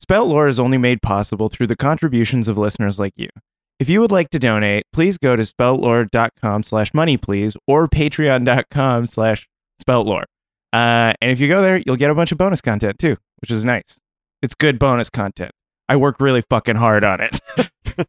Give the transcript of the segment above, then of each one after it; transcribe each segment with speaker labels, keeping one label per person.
Speaker 1: Spout Lore is only made possible through the contributions of listeners like you. If you would like to donate, please go to spoutlore.com slash money, please, or patreon.com slash spoutlore. Uh, and if you go there, you'll get a bunch of bonus content too, which is nice. It's good bonus content. I work really fucking hard on it.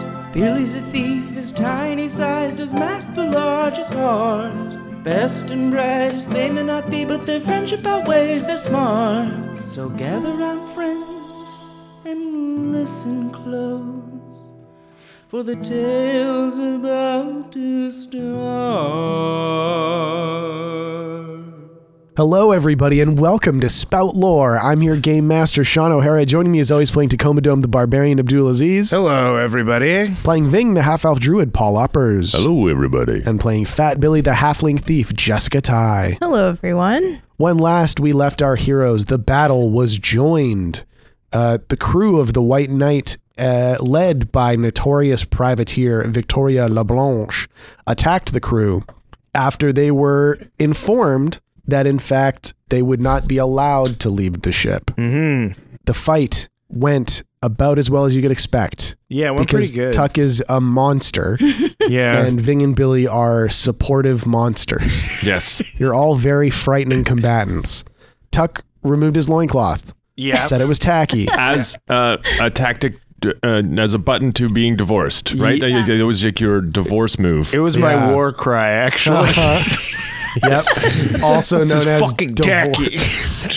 Speaker 2: Billy's a thief, his tiny size does mask the largest heart. Best and brightest they may not be, but their friendship outweighs their smarts. So gather round, friends, and listen close, for the tale's about to start.
Speaker 3: Hello, everybody, and welcome to Spout Lore. I'm your game master, Sean O'Hara. Joining me, as always, playing Tacoma Dome, the Barbarian Abdulaziz.
Speaker 1: Hello, everybody.
Speaker 3: Playing Ving, the half elf druid, Paul Oppers.
Speaker 4: Hello, everybody.
Speaker 3: And playing Fat Billy, the halfling thief, Jessica Ty.
Speaker 5: Hello, everyone.
Speaker 3: When last we left our heroes, the battle was joined. Uh, the crew of the White Knight, uh, led by notorious privateer Victoria LaBlanche, attacked the crew after they were informed that, in fact, they would not be allowed to leave the ship.
Speaker 1: Mm-hmm.
Speaker 3: The fight went about as well as you could expect
Speaker 1: Yeah, went
Speaker 3: because
Speaker 1: pretty good.
Speaker 3: Tuck is a monster
Speaker 1: yeah.
Speaker 3: and Ving and Billy are supportive monsters.
Speaker 4: Yes.
Speaker 3: You're all very frightening combatants. Tuck removed his loincloth.
Speaker 1: yeah.
Speaker 3: Said it was tacky.
Speaker 4: As uh, a tactic, uh, as a button to being divorced, right?
Speaker 3: Ye-
Speaker 4: Uh, It was like your divorce move.
Speaker 1: It was
Speaker 3: Yeah.
Speaker 1: my war cry, actually.
Speaker 3: yep. Also known
Speaker 1: This is
Speaker 3: as
Speaker 1: fucking
Speaker 3: divor-
Speaker 1: tacky.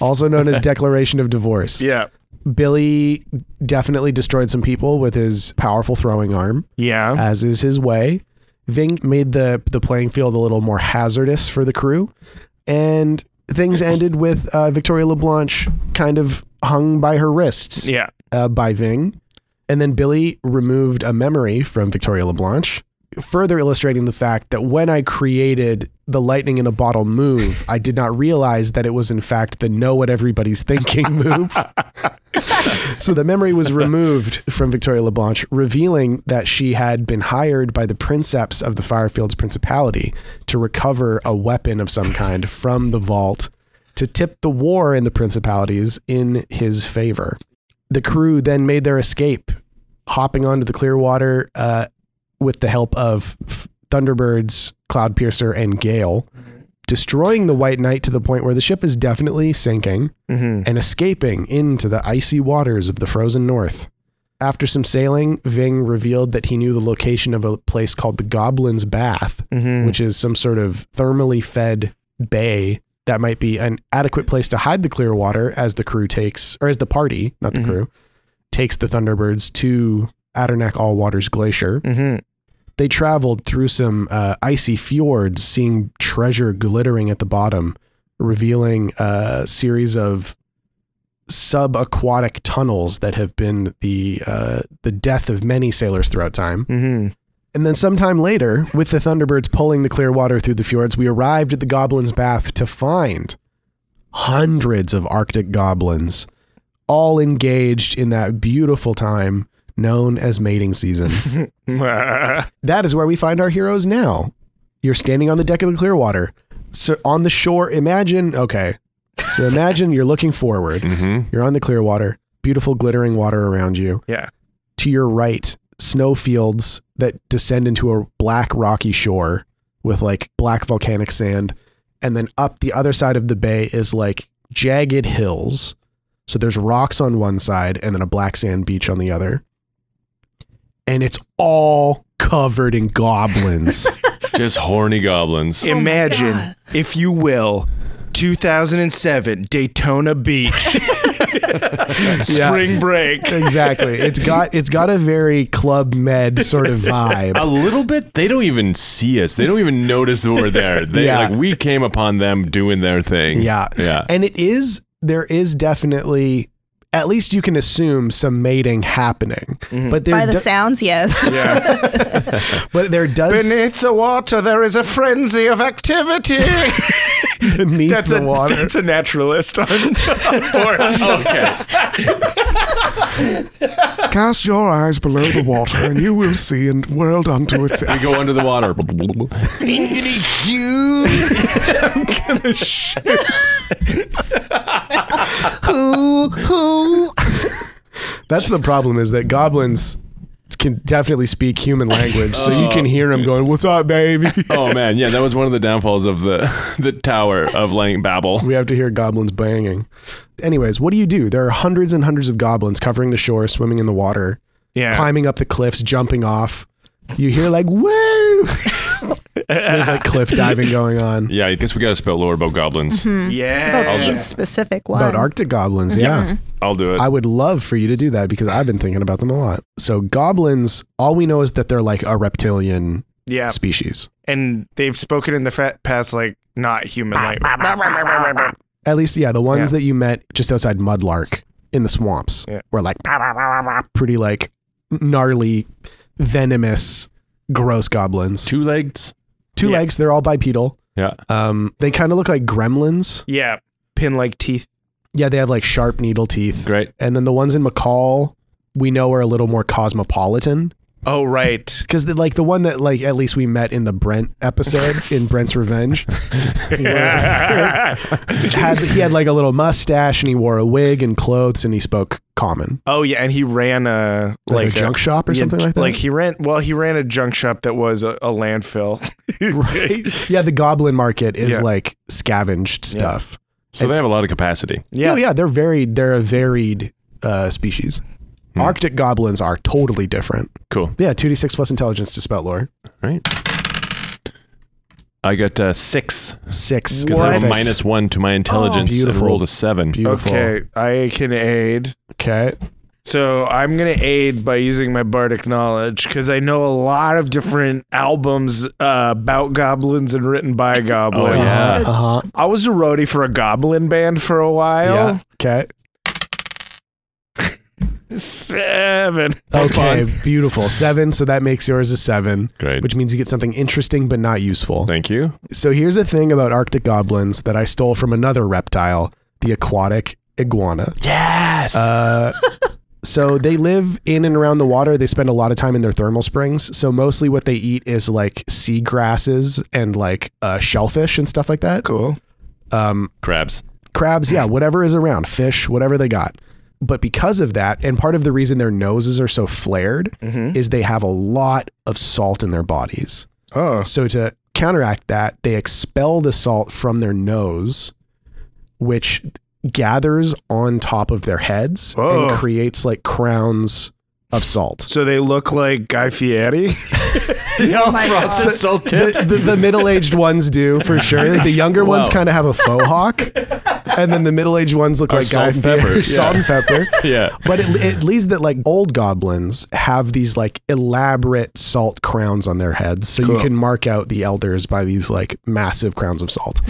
Speaker 3: also known as declaration of divorce.
Speaker 1: yeah.
Speaker 3: Billy definitely destroyed some people with his powerful throwing arm,
Speaker 1: Yeah.
Speaker 3: as is his way. Ving made the the playing field a little more hazardous for the crew, and things ended with uh, Victoria LeBlanche kind of hung by her wrists.
Speaker 1: yeah.
Speaker 3: uh, by Ving. And then Billy removed a memory from Victoria LeBlanche, further illustrating the fact that when I created the lightning in a bottle move, I did not realize that it was, in fact, the know what everybody's thinking move. so the memory was removed from Victoria LeBlanche, revealing that she had been hired by the princeps of the Firefields Principality to recover a weapon of some kind from the vault to tip the war in the principalities in his favor the crew then made their escape, hopping onto the Clearwater uh, with the help of F- Thunderbirds, Cloudpiercer, and Gale, destroying the White Knight to the point where the ship is definitely sinking
Speaker 1: Mm-hmm.
Speaker 3: and escaping into the icy waters of the frozen north. After some sailing, Ving revealed that he knew the location of a place called the Goblin's Bath,
Speaker 6: Mm.
Speaker 1: Mm-hmm.
Speaker 3: which is some sort of thermally fed bay that might be an adequate place to hide the clear water as the crew takes, or as the party, not the
Speaker 1: Mhm.
Speaker 3: crew, takes the Thunderbirds to Adirondack All Waters Glacier.
Speaker 1: Mm-hmm.
Speaker 3: They traveled through some uh, icy fjords, seeing treasure glittering at the bottom, revealing a series of subaquatic tunnels that have been the uh, the death of many sailors throughout time.
Speaker 1: Mm-hmm.
Speaker 3: And then sometime later, with the Thunderbirds pulling the clear water through the fjords, we arrived at the Goblin's Bath to find hundreds of Arctic goblins, all engaged in that beautiful time known as mating season.
Speaker 1: Mm-hmm.
Speaker 3: that is where we find our heroes now. You're standing on the deck of the Clearwater. So on the shore, imagine, okay. So imagine you're looking forward.
Speaker 4: Mm-hmm.
Speaker 3: You're on the Clearwater, beautiful glittering water around you
Speaker 1: yeah.
Speaker 3: to your right snowfields that descend into a black rocky shore with like black volcanic sand and then up the other side of the bay is like jagged hills so there's rocks on one side and then a black sand beach on the other and it's all covered in goblins
Speaker 4: Just horny goblins.
Speaker 1: Imagine, if you will, 2007 Daytona Beach.
Speaker 6: Spring break.
Speaker 3: exactly. It's got it's got a very club med sort of vibe.
Speaker 4: A little bit. They don't even see us. They don't even notice that we're there. They
Speaker 3: Yeah.
Speaker 4: like we came upon them doing their thing.
Speaker 3: Yeah.
Speaker 4: Yeah.
Speaker 3: And it is, there is definitely, at least you can assume some mating happening. But there,
Speaker 5: By the
Speaker 3: do-
Speaker 5: sounds, yes.
Speaker 3: but there does
Speaker 6: Beneath the water, there is a frenzy of activity.
Speaker 3: beneath
Speaker 6: that's
Speaker 3: the
Speaker 6: a
Speaker 3: water.
Speaker 6: that's a naturalist on, on board.
Speaker 4: okay.
Speaker 3: Cast your eyes below the water, and you will see and world unto itself.
Speaker 4: We go under the water.
Speaker 3: That's the problem is that goblins can definitely speak human language, so you can hear them going, "What's up, baby?"
Speaker 4: oh man, yeah, that was one of the downfalls of the the tower of Lang Babel.
Speaker 3: We have to hear goblins banging. Anyways, what do you do? There are hundreds and hundreds of goblins covering the shore, swimming in the water,
Speaker 6: Yeah.
Speaker 3: climbing up the cliffs, jumping off. You hear like woo. There's like cliff diving going on.
Speaker 4: Yeah, I guess we gotta spell lore about goblins.
Speaker 5: Hmm. About
Speaker 6: Yeah.
Speaker 5: these specific ones.
Speaker 3: About Arctic goblins, yeah.
Speaker 4: I'll do it.
Speaker 3: I would love for you to do that because I've been thinking about them a lot. So goblins, all we know is that they're like a reptilian
Speaker 6: Yeah.
Speaker 3: species.
Speaker 6: And they've spoken in the fa- past like not human language.
Speaker 3: At least, yeah, the ones
Speaker 6: Yeah.
Speaker 3: that you met just outside Mudlark in the swamps
Speaker 6: Yeah.
Speaker 3: were like pretty like gnarly, venomous, gross goblins.
Speaker 4: Two legs.
Speaker 3: Two
Speaker 6: Yeah.
Speaker 3: legs, they're all bipedal.
Speaker 4: Yeah.
Speaker 3: Um, they kind of look like gremlins.
Speaker 6: Yeah. Pin like teeth.
Speaker 3: Yeah, they have like sharp needle teeth.
Speaker 4: Great.
Speaker 3: And then the ones in McCall, we know are a little more cosmopolitan
Speaker 6: Oh right.
Speaker 3: because like the one that like at least we met in the Brent episode in Brent's Revenge had he had like a little mustache and he wore a wig and clothes and he spoke common.
Speaker 6: oh yeah, and he ran a
Speaker 3: Like,
Speaker 6: like,
Speaker 3: a junk shop or
Speaker 6: yeah,
Speaker 3: something like that.
Speaker 6: Like he ran well, he ran a junk shop that was a, a landfill. right.
Speaker 3: yeah, the goblin market is
Speaker 6: Yeah.
Speaker 3: like scavenged stuff.
Speaker 4: So they have a lot of capacity.
Speaker 6: Yeah.
Speaker 3: No, yeah, they're varied. They're a varied uh, species.
Speaker 6: Hmm.
Speaker 3: Arctic goblins are totally different.
Speaker 4: Cool.
Speaker 3: Yeah, two d six plus intelligence to spout lore.
Speaker 4: Right. I got uh, six
Speaker 3: Six.
Speaker 4: because I have a
Speaker 6: What?
Speaker 4: minus one to my intelligence and
Speaker 3: beautiful.
Speaker 4: rolled a seven.
Speaker 3: Beautiful.
Speaker 6: Okay, I can aid.
Speaker 3: Okay.
Speaker 6: So I'm gonna aid by using my bardic knowledge because I know a lot of different albums uh, about goblins and written
Speaker 4: Oh,
Speaker 6: by goblins.
Speaker 4: yeah.
Speaker 3: Uh huh.
Speaker 6: I was a roadie for a goblin band for a
Speaker 3: Yeah.
Speaker 6: while.
Speaker 3: Okay.
Speaker 6: Seven.
Speaker 3: Okay. Beautiful. Seven. So that makes yours a seven,
Speaker 4: Great.
Speaker 3: which means you get something interesting but not useful.
Speaker 4: Thank you.
Speaker 3: So here's a thing about Arctic goblins that I stole from another reptile, the aquatic iguana.
Speaker 4: Yes.
Speaker 3: Uh, so they live in and around the water. They spend a lot of time in their thermal springs. So mostly what they eat is like sea grasses and like uh, shellfish and stuff like that. Cool. Um,
Speaker 4: Crabs.
Speaker 3: crabs, yeah, whatever is around, fish, whatever they got. But because of that, and part of the reason their noses are so flared is they have a lot of salt in their bodies.
Speaker 6: Oh.
Speaker 3: So to counteract that, they expel the salt from their nose, which gathers on top of their heads
Speaker 6: Oh.
Speaker 3: and creates like crowns of salt.
Speaker 6: So they look like Guy Fieri.
Speaker 5: oh my God.
Speaker 4: salt
Speaker 3: The, the, the middle-aged ones do for sure. The younger ones
Speaker 4: Wow.
Speaker 3: kind of have a faux hawk, and then the middle-aged ones look
Speaker 4: Are
Speaker 3: like Guy
Speaker 4: salt and
Speaker 3: Fieri-
Speaker 4: pepper, yeah.
Speaker 3: salt and pepper.
Speaker 4: yeah.
Speaker 3: But it, it leads that like old goblins have these like elaborate salt crowns on their heads. So you
Speaker 6: Cool.
Speaker 3: can mark out the elders by these like massive crowns of salt.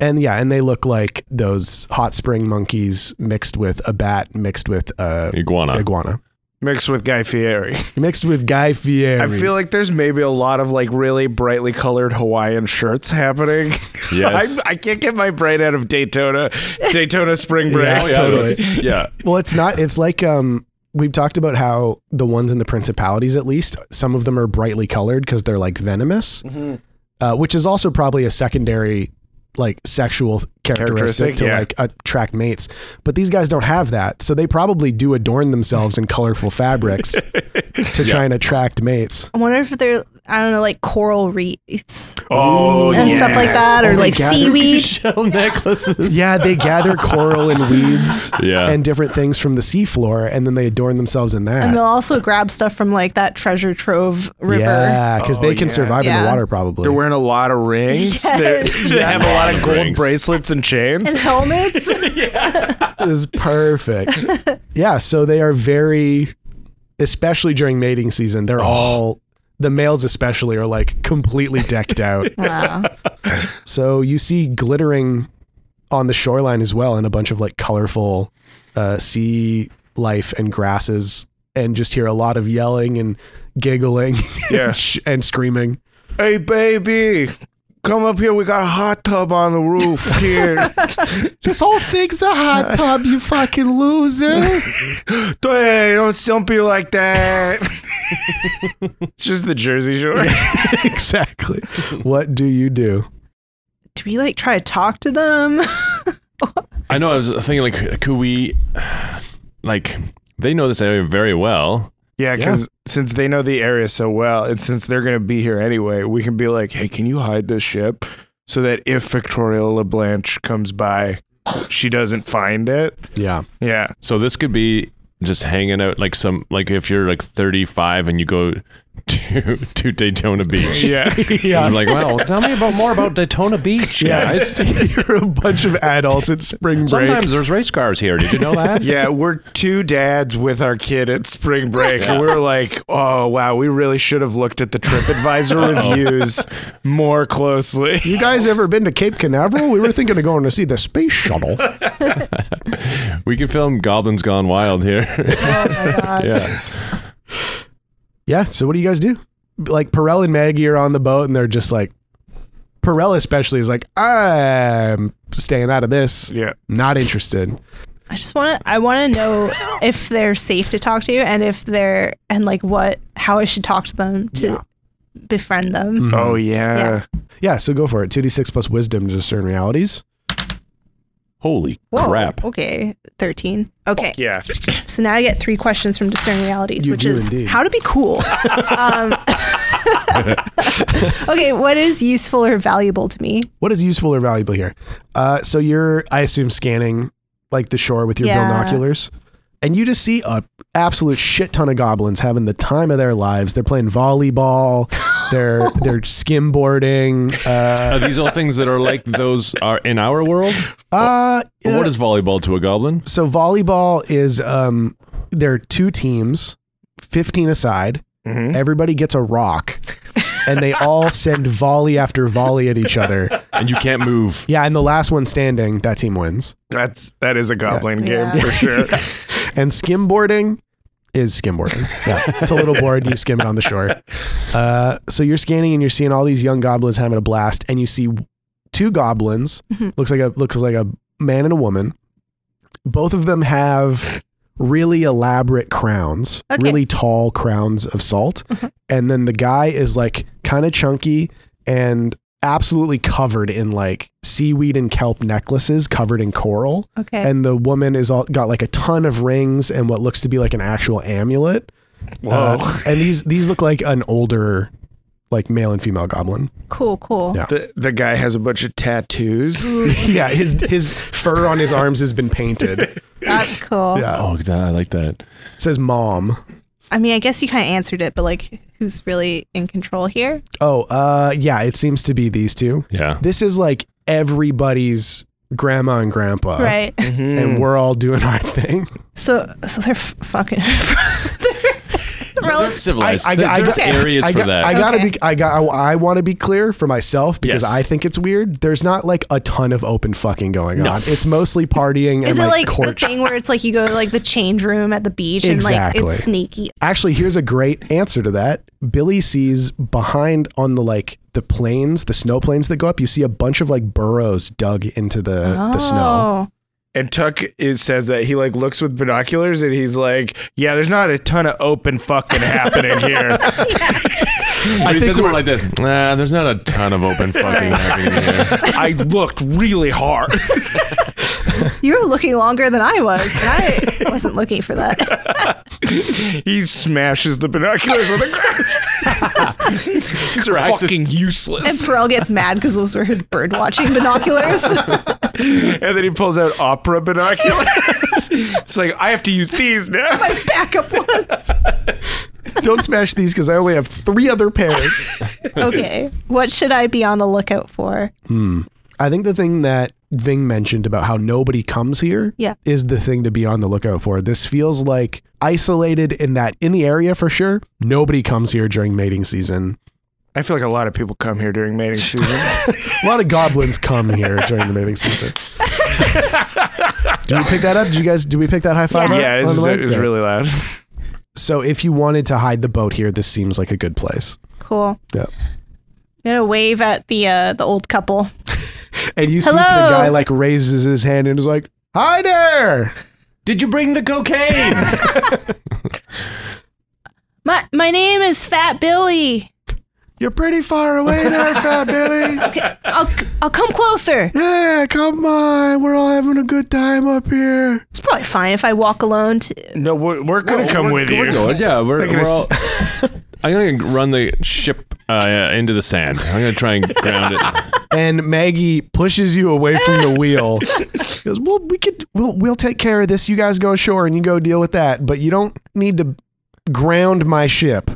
Speaker 3: And yeah, and they look like those hot spring monkeys mixed with a bat, mixed with uh,
Speaker 4: Iguana.
Speaker 3: iguana,
Speaker 6: Mixed with Guy Fieri.
Speaker 3: mixed with Guy Fieri.
Speaker 6: I feel like there's maybe a lot of like really brightly colored Hawaiian shirts happening.
Speaker 4: Yes.
Speaker 6: I, I can't get my brain out of Daytona, Daytona spring break.
Speaker 3: Yeah,
Speaker 4: Oh, yeah,
Speaker 3: Totally.
Speaker 4: that's- Yeah.
Speaker 3: well, it's not. It's like um, we've talked about how the ones in the principalities, at least, some of them are brightly colored because they're like venomous,
Speaker 6: Mm-hmm.
Speaker 3: uh, which is also probably a secondary like sexual th-
Speaker 6: Characteristic,
Speaker 3: characteristic, to
Speaker 6: yeah.
Speaker 3: like attract mates. But these guys don't have that, so they probably do adorn themselves in colorful fabrics to try and attract mates.
Speaker 5: I wonder if they're, I don't know, like coral reefs
Speaker 6: Oh,
Speaker 5: and stuff like that, or
Speaker 3: Oh, they
Speaker 5: like
Speaker 3: gather-
Speaker 5: seaweed.
Speaker 4: Shell necklaces.
Speaker 3: Yeah, they gather coral and weeds
Speaker 4: Yeah.
Speaker 3: and different things from the seafloor, and then they adorn themselves in that.
Speaker 5: And they'll also grab stuff from like that treasure trove river.
Speaker 3: Yeah, because
Speaker 6: Oh,
Speaker 3: they can
Speaker 6: yeah.
Speaker 3: survive in
Speaker 5: Yeah.
Speaker 3: the water probably.
Speaker 6: They're wearing a lot of rings.
Speaker 5: Yes.
Speaker 6: They're- They have a lot of gold
Speaker 4: Rings.
Speaker 6: bracelets and chains.
Speaker 5: and helmets.
Speaker 3: This is perfect. yeah, so they are very, especially during mating season, they're all, the males especially, are like completely decked out.
Speaker 5: wow.
Speaker 3: So you see glittering on the shoreline as well, and a bunch of like colorful uh, sea life and grasses, and just hear a lot of yelling and giggling
Speaker 6: Yeah.
Speaker 3: sh- and screaming.
Speaker 6: Hey, baby, come up here. We got a hot tub on the roof here.
Speaker 3: This whole thing's a hot tub, you fucking loser.
Speaker 6: hey, don't don't be like that. it's just the Jersey Shore.
Speaker 3: exactly. What do you do?
Speaker 5: Do we like try to talk to them?
Speaker 4: I know. I was thinking, like, could we, like, they know this area very well.
Speaker 6: Yeah, because since they know the area so well, and since they're going to be here anyway, we can be like, hey, can you hide this ship so that if Victoria LeBlanche comes by, she doesn't find it?
Speaker 3: Yeah.
Speaker 6: Yeah.
Speaker 4: So this could be just hanging out, like some, like if you're like 35 and you go to to Daytona Beach.
Speaker 6: Yeah.
Speaker 4: Yeah. like, well, tell me about more about Daytona Beach, guys.
Speaker 3: You're a bunch of adults at spring break.
Speaker 4: Sometimes there's race cars here. Did you know that?
Speaker 6: Yeah, we're two dads with our kid at spring break, and we're like, "Oh wow, we really should have looked at the
Speaker 5: Oh.
Speaker 6: TripAdvisor reviews more closely."
Speaker 3: You guys ever been to Cape Canaveral? We were thinking of going to see the space shuttle.
Speaker 4: We can film Goblins Gone Wild here. yeah.
Speaker 3: Yeah. So what do you guys do? Like Perel and Maggie are on the boat and they're just like, Perel especially is like, I'm staying out of this.
Speaker 6: Yeah.
Speaker 3: Not interested.
Speaker 5: I just want to. I want to know if they're safe to talk to, and if they're and like what, how I should talk to them to befriend them.
Speaker 6: Oh
Speaker 5: Mm-hmm.
Speaker 6: yeah.
Speaker 3: Yeah. So go for it. 2d6 plus wisdom to discern realities.
Speaker 4: Holy
Speaker 5: Whoa,
Speaker 4: crap.
Speaker 5: Okay, thirteen. Okay,
Speaker 6: Yeah.
Speaker 5: so now I get three questions from Discern Realities,
Speaker 3: You
Speaker 5: which
Speaker 3: do
Speaker 5: is
Speaker 3: indeed.
Speaker 5: how to be cool. um, okay, what is useful or valuable to me?
Speaker 3: What is useful or valuable here? Uh, so you're, I assume, scanning like the shore with your
Speaker 5: Yeah.
Speaker 3: binoculars. And you just see a absolute shit ton of goblins having the time of their lives. They're playing volleyball. They're they're skimboarding. Uh,
Speaker 4: Are these all things that are like those are in our world?
Speaker 3: uh,
Speaker 4: What is volleyball to a goblin?
Speaker 3: So volleyball is um there are two teams, 15 aside.
Speaker 4: Mm-hmm.
Speaker 6: Mhm.
Speaker 3: Everybody gets a rock and they all send volley after volley at each other.
Speaker 4: And you can't move.
Speaker 3: Yeah, and the last one standing, that team wins.
Speaker 6: That's that is a goblin
Speaker 5: Yeah.
Speaker 6: game for sure.
Speaker 3: And skimboarding is skimboarding. Yeah. It's a little board, you skim it on the shore. Uh, so you're scanning and you're seeing all these young goblins having a blast and you see two goblins. Looks like a looks like a man and a woman. Both of them have really elaborate crowns,
Speaker 5: Okay.
Speaker 3: really tall crowns of salt. And then the guy is like kind of chunky and absolutely covered in like seaweed and kelp necklaces covered in coral.
Speaker 5: Okay,
Speaker 3: And the woman is all got like a ton of rings and what looks to be like an actual amulet.
Speaker 6: Whoa.
Speaker 3: Uh, and these these look like an older like male and female goblin.
Speaker 5: cool, cool.
Speaker 3: Yeah.
Speaker 6: the the guy has a bunch of tattoos.
Speaker 3: yeah, his his fur on his arms has been painted.
Speaker 5: That's cool.
Speaker 3: Yeah.
Speaker 4: Oh, that, I like that.
Speaker 3: It says mom.
Speaker 5: I mean, I guess you kind of answered it, but like, who's really in control here?
Speaker 3: Oh, uh yeah, it seems to be these two.
Speaker 4: Yeah.
Speaker 3: This is like everybody's grandma and grandpa.
Speaker 5: right.
Speaker 3: And we're all doing our thing.
Speaker 5: So, so they're f- fucking. they're
Speaker 4: They're civilized.
Speaker 3: I- I-
Speaker 4: There-
Speaker 3: I-
Speaker 4: There's
Speaker 5: okay.
Speaker 4: areas
Speaker 3: I,
Speaker 4: for
Speaker 3: got,
Speaker 4: that.
Speaker 3: I gotta
Speaker 5: Okay.
Speaker 3: be I got I, want to be clear for myself because
Speaker 4: Yes.
Speaker 3: I think it's weird. There's not like a ton of open fucking going on. It's mostly partying
Speaker 5: Is
Speaker 3: and
Speaker 5: it like,
Speaker 3: like, court.
Speaker 5: the thing where it's like you go to like the change room at the beach and
Speaker 3: Exactly.
Speaker 5: like it's sneaky?
Speaker 3: Actually, here's a great answer to that. Billy sees behind on the like the plains, the snow plains that go up, you see a bunch of like burrows dug into the the snow.
Speaker 5: Oh.
Speaker 6: And Tuck is says that he like looks with binoculars and he's like, "Yeah, there's not a ton of open fucking happening here."
Speaker 4: he
Speaker 3: think
Speaker 4: says it more like this. Nah, there's not a ton of open fucking happening here.
Speaker 6: I looked really hard.
Speaker 5: You were looking longer than I was, and I wasn't looking for that.
Speaker 6: he smashes the binoculars on the ground. These are
Speaker 4: Cracks it.
Speaker 6: fucking
Speaker 5: And
Speaker 6: useless.
Speaker 5: Perel gets mad because those were his bird watching binoculars.
Speaker 6: And then he pulls out opera binoculars. it's like I have to use these now.
Speaker 5: My backup ones. Oh.
Speaker 3: Don't smash these because I only have three other pairs.
Speaker 5: Okay. What should I be on the lookout for?
Speaker 3: I think the thing that Ving mentioned about how nobody comes here
Speaker 5: Yeah.
Speaker 3: is the thing to be on the lookout for. This feels like isolated in that in the area for sure. Nobody comes here during mating season.
Speaker 1: I feel like a lot of people come here during mating season.
Speaker 3: A lot of goblins come here during the mating season. Did you pick that up? Did you guys? Did we pick that high five?
Speaker 5: Yeah.
Speaker 3: up
Speaker 1: yeah,
Speaker 3: on
Speaker 1: it's,
Speaker 3: the way?
Speaker 1: it's
Speaker 3: Yeah.
Speaker 1: really loud.
Speaker 3: So if you wanted to hide the boat here, this seems like a good place.
Speaker 5: Cool.
Speaker 3: Yeah.
Speaker 5: Gonna wave at the uh, the old couple.
Speaker 3: And you see the
Speaker 5: Hello.
Speaker 3: guy like raises his hand and is like, "Hi there."
Speaker 4: Did you bring the cocaine?
Speaker 5: My my name is Fat Billy.
Speaker 3: You're pretty far away there, Fat Billy.
Speaker 5: I'll I'll come closer.
Speaker 3: Yeah, come on. We're all having a good time up here.
Speaker 5: It's probably fine if I walk alone. To,
Speaker 1: No, we're, we're gonna come with you.
Speaker 4: yeah, we're,
Speaker 1: Making
Speaker 4: we're
Speaker 1: us-
Speaker 4: all. I'm gonna run the ship uh, into the sand. I'm gonna try and ground it.
Speaker 3: And Maggie pushes you away from the wheel. She goes, "Well, we could we'll we'll take care of this. You guys go ashore and you go deal with that, but you don't need to ground my ship.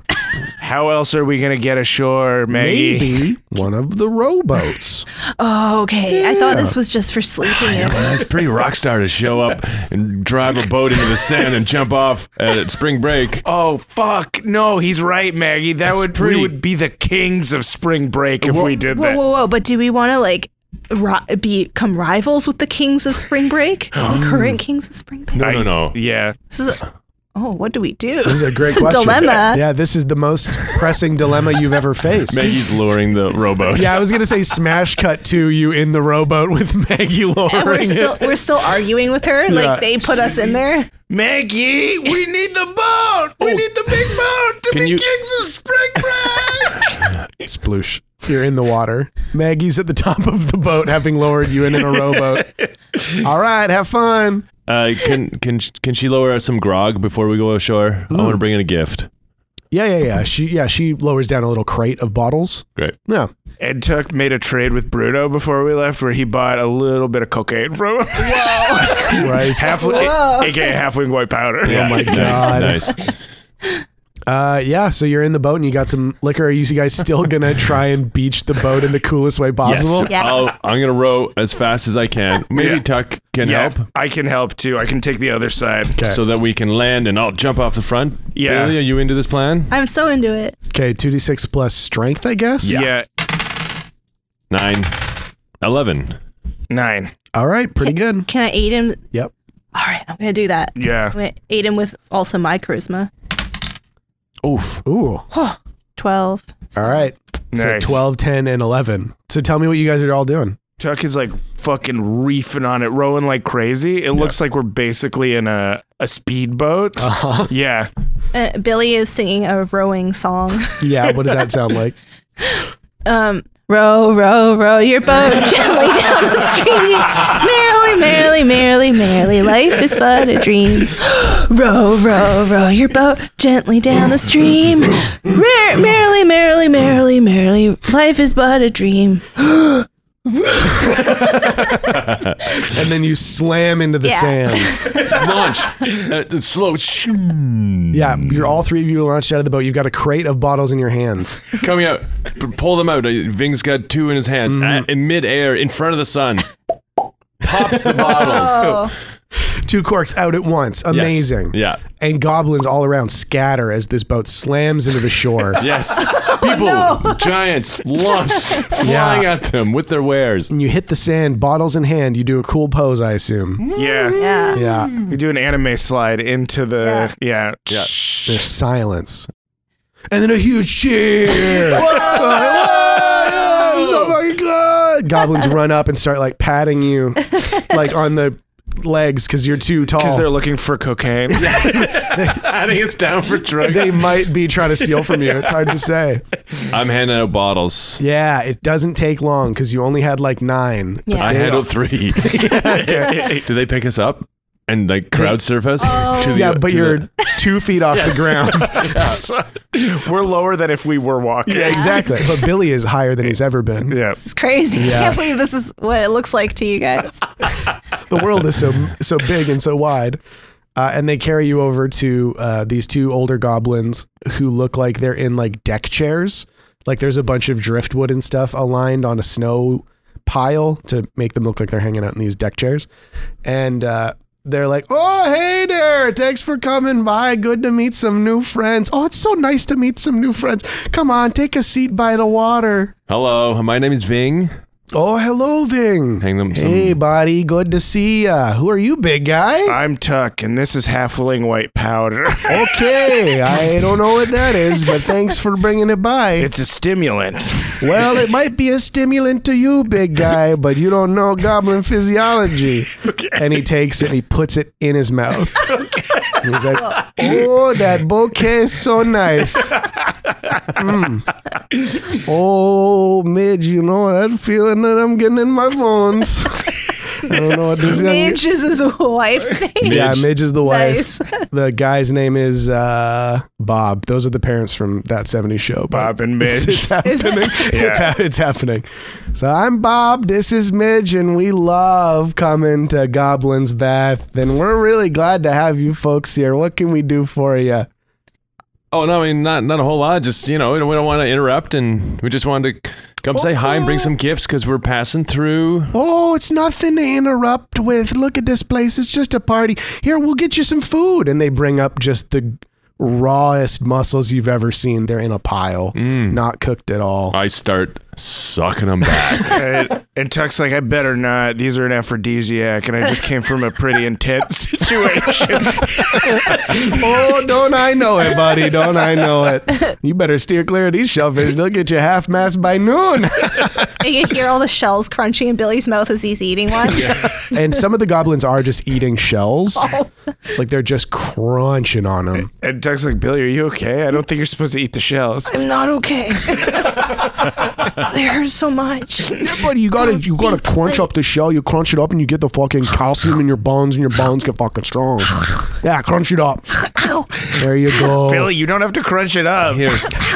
Speaker 1: How else are we gonna get ashore, Maggie?
Speaker 3: Maybe one of the rowboats."
Speaker 5: oh, okay. I thought this was just for sleeping in.
Speaker 4: It's pretty rock star to show up and drive a boat into the sand and jump off at spring break.
Speaker 1: Oh fuck! No, he's right, Maggie. That
Speaker 4: That's
Speaker 1: would
Speaker 4: pretty-
Speaker 1: we would be the kings of spring break if we did
Speaker 5: Whoa,
Speaker 1: that.
Speaker 5: whoa, whoa! But do we want to like ri- become rivals with the kings of spring break?
Speaker 3: Um,
Speaker 5: The current kings of spring break.
Speaker 4: No, no, no.
Speaker 1: Yeah,
Speaker 5: This is a, oh, what do we do?
Speaker 3: This is a great
Speaker 5: it's
Speaker 3: question.
Speaker 5: dilemma.
Speaker 3: Yeah, this is the most pressing dilemma you've ever faced.
Speaker 4: Maggie's luring the rowboat.
Speaker 3: Yeah, I was gonna say smash cut to you in the rowboat with Maggie
Speaker 5: And
Speaker 3: Lauren.
Speaker 5: we're still we're still arguing with her.
Speaker 3: Yeah.
Speaker 5: Like they put us in there.
Speaker 1: Maggie, we need the boat. We need the big boat to
Speaker 4: Can
Speaker 1: be
Speaker 4: you-
Speaker 1: kings of spring break.
Speaker 3: Sploosh. You're in the water. Maggie's at the top of the boat, having lowered you in, in a rowboat. All right, have fun.
Speaker 4: Uh, can can sh- can she lower us some grog before we go ashore? I want to bring in a gift.
Speaker 3: Yeah, yeah, yeah. She, yeah, she lowers down a little crate of bottles.
Speaker 4: Great.
Speaker 3: No,
Speaker 1: Ed Tuck made a trade with Bruno before we left, where he bought a little bit of cocaine from him.
Speaker 3: Christ.
Speaker 1: half,
Speaker 5: Whoa.
Speaker 1: aka half wing white powder.
Speaker 3: Oh my god.
Speaker 4: Nice.
Speaker 3: Uh, yeah. So you're in the boat and you got some liquor. Are you guys still gonna try and beach the boat in the coolest way possible?
Speaker 4: Yes. I'll, I'm gonna row as fast as I can. Maybe
Speaker 1: Yeah.
Speaker 4: Tuck can
Speaker 1: Yeah,
Speaker 4: help.
Speaker 1: I can help too. I can take the other side.
Speaker 4: So that we can land and I'll jump off the front.
Speaker 1: Yeah.
Speaker 4: Billy, are you into this plan?
Speaker 5: I'm so into it.
Speaker 3: Okay, two d six plus strength, I guess.
Speaker 1: Yeah.
Speaker 4: Nine. Eleven.
Speaker 1: nine.
Speaker 3: All right, pretty good.
Speaker 5: Can I aid him?
Speaker 3: Yep.
Speaker 5: All right, I'm gonna do that.
Speaker 1: Yeah,
Speaker 5: I'm gonna aid him with also my charisma.
Speaker 4: Oof.
Speaker 3: Ooh.
Speaker 5: Twelve.
Speaker 3: All right.
Speaker 1: Nice.
Speaker 3: So 12, 10, and 11. So tell me what you guys are all doing.
Speaker 1: Tuck is like fucking reefing on it, rowing like crazy. It looks like we're basically in a a speedboat.
Speaker 3: Uh-huh.
Speaker 1: Yeah,
Speaker 5: Uh, Billy is singing a rowing song.
Speaker 3: Yeah, what does that sound like?
Speaker 5: Um, row, row, row your boat gently down the stream. Merrily, merrily, merrily, merrily, life is but a dream. row, row, row your boat gently down the stream. Mer- merrily, merrily, merrily, merrily, life is but a dream.
Speaker 3: And then you slam into the
Speaker 5: Yeah.
Speaker 3: sand.
Speaker 4: Launch. Uh, uh, slow. Sh-
Speaker 3: Yeah, you're all three of you launched out of the boat. You've got a crate of bottles in your hands.
Speaker 4: Coming out. P- pull them out. Uh, Ving's got two in his hands. Uh,
Speaker 3: Mm-hmm.
Speaker 4: in midair, in front of the sun. Pops the bottles.
Speaker 5: Oh,
Speaker 3: Two corks out at once.
Speaker 4: Yes.
Speaker 3: Amazing.
Speaker 4: Yeah.
Speaker 3: And goblins all around scatter as this boat slams into the shore.
Speaker 4: Yes.
Speaker 3: Oh,
Speaker 4: People, giants, launch, flying at them with their wares.
Speaker 3: And you hit the sand, bottles in hand. You do a cool pose, I assume.
Speaker 1: yeah.
Speaker 5: yeah.
Speaker 3: Yeah.
Speaker 1: We do an anime slide into the yeah.
Speaker 4: Yeah.
Speaker 3: There's silence. And then a huge cheer. Oh my god! Goblins run up and start like patting you, like on the legs because you're too
Speaker 1: Because
Speaker 3: tall.
Speaker 1: they're looking for cocaine.
Speaker 4: Adding us down for drugs.
Speaker 3: They might be trying to steal from you. It's hard to say.
Speaker 4: I'm handing out bottles.
Speaker 3: Yeah, it doesn't take long because you only had like nine.
Speaker 5: Yeah.
Speaker 4: I
Speaker 3: They-
Speaker 4: handled three. Do they pick us up and like crowd surf us? to the,
Speaker 3: yeah, but
Speaker 4: to
Speaker 3: you're
Speaker 4: the-
Speaker 3: two feet off the ground.
Speaker 1: So, we're lower than if we were walking.
Speaker 3: yeah, exactly. But Billy is higher than he's ever been.
Speaker 1: Yeah.
Speaker 5: This is crazy.
Speaker 3: Yeah.
Speaker 5: I can't believe this is what it looks like to you guys.
Speaker 3: The world is so so big and so wide. Uh, and they carry you over to uh, these two older goblins who look like they're in like deck chairs. Like there's a bunch of driftwood and stuff aligned on a snow pile to make them look like they're hanging out in these deck chairs. And uh, they're like, oh, hey there. Thanks for coming by. Good to meet some new friends. Oh, it's so nice to meet some new friends. Come on, take a seat by the water.
Speaker 4: Hello, my name is Ving.
Speaker 3: Oh, hello, Ving.
Speaker 4: Hang them some-
Speaker 3: Hey, buddy. Good to see ya. Who are you, big guy?
Speaker 6: I'm Tuck, and this is halfling white powder.
Speaker 3: okay. I don't know what that is, but thanks for bringing it by.
Speaker 6: it's a stimulant.
Speaker 3: Well, it might be a stimulant to you, big guy, but you don't know goblin physiology. And he takes it and he puts it in his mouth. And he's like, oh, that bouquet is so nice. Mm. Oh, Midge, you know that feeling that I'm getting in my bones. I don't know what this young-
Speaker 5: Midge is his wife's name.
Speaker 3: Yeah, Midge is the wife.
Speaker 5: Nice.
Speaker 3: The guy's name is uh, Bob. Those are the parents from that 70s show. but-
Speaker 6: Bob and
Speaker 3: it's,
Speaker 6: Midge.
Speaker 3: it's happening. it's, ha- it's happening. So I'm Bob. This is Midge, and we love coming to Goblin's Bath, and we're really glad to have you folks here. What can we do for you?
Speaker 4: Oh no, I mean not not a whole lot. Just you know, we don't, want to interrupt, and we just wanted to come say hi and bring some gifts because we're passing through.
Speaker 3: Oh, it's nothing to interrupt with. Look at this place. It's just a party. Here, we'll get you some food. And they bring up just the rawest mussels you've ever seen. They're in a pile, not cooked at all.
Speaker 4: I start sucking them back.
Speaker 6: and, and Tuck's like, I better not. These are an aphrodisiac, and I just came from a pretty intense situation.
Speaker 3: Oh, don't I know it, buddy? Don't I know it? You better steer clear of these shellfish. They'll get you half mast by noon.
Speaker 5: You can hear all the shells crunching in Billy's mouth as he's eating one.
Speaker 3: and some of the goblins are just eating shells. Like they're just crunching on them.
Speaker 6: And Tuck's like, Billy, are you okay? I don't think you're supposed to eat the shells.
Speaker 5: I'm not okay. they hurt so much.
Speaker 3: Buddy, you gotta you gotta crunch up the shell. You crunch it up and you get the fucking calcium in your bones, and your bones get fucking strong. Yeah, crunch it up. There you go.
Speaker 6: Billy, you don't have to crunch it up.
Speaker 4: Here,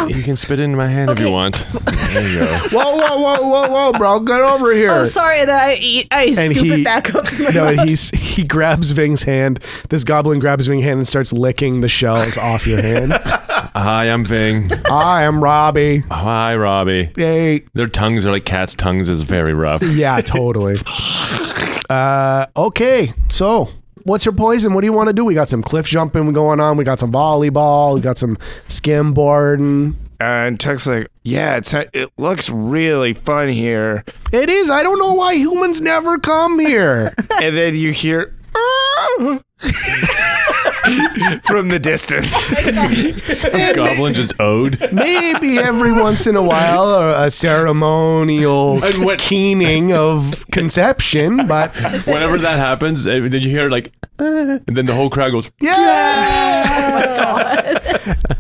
Speaker 4: you can spit it in my hand if you want. There you go.
Speaker 3: Whoa, whoa, whoa, whoa, whoa, bro, get over here.
Speaker 5: Oh, sorry that I eat. I
Speaker 3: And
Speaker 5: scoop
Speaker 3: he-
Speaker 5: it back up.
Speaker 3: No, and he's he grabs Ving's hand. This goblin grabs Ving's hand and starts licking the shells off your hand.
Speaker 4: Hi, I'm Ving.
Speaker 3: I am Robbie.
Speaker 4: Hi, Robbie.
Speaker 3: Hey.
Speaker 4: Their tongues are like cats' tongues. is very rough.
Speaker 3: Yeah, totally. Uh, okay, so what's your poison? What do you want to do? We got some cliff jumping going on. We got some volleyball. We got some skimboarding.
Speaker 6: Uh, and Tuck's like, yeah, it's, it looks really fun here.
Speaker 3: It is. I don't know why humans never come here.
Speaker 6: and then you hear from the distance.
Speaker 4: Goblin just owed.
Speaker 3: Maybe every once in a while, a, a ceremonial
Speaker 4: And what-
Speaker 3: keening of conception, but
Speaker 4: Whenever that happens, eh, did you hear like, "Uh," and then the whole crowd goes,
Speaker 3: Yeah!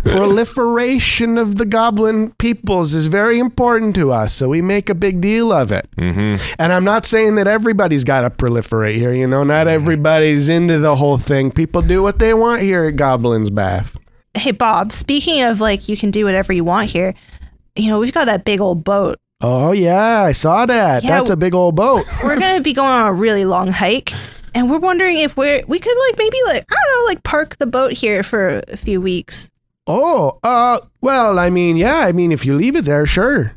Speaker 3: Proliferation of the goblin peoples is very important to us, so we make a big deal of it. Mm-hmm. And I'm not saying that everybody's got to proliferate here, you know, not everybody's into the whole thing. People do what they want here at Goblin's Bath.
Speaker 5: hey, Bob, speaking of like, you can do whatever you want here, you know, we've got that big old boat.
Speaker 3: Oh, yeah, I saw that.
Speaker 5: Yeah,
Speaker 3: That's a big old boat.
Speaker 5: We're going to be going on a really long hike. And we're wondering if we're, we could like maybe like, I don't know, like park the boat here for a few weeks.
Speaker 3: Oh, uh, well, I mean, yeah, I mean, if you leave it there, sure.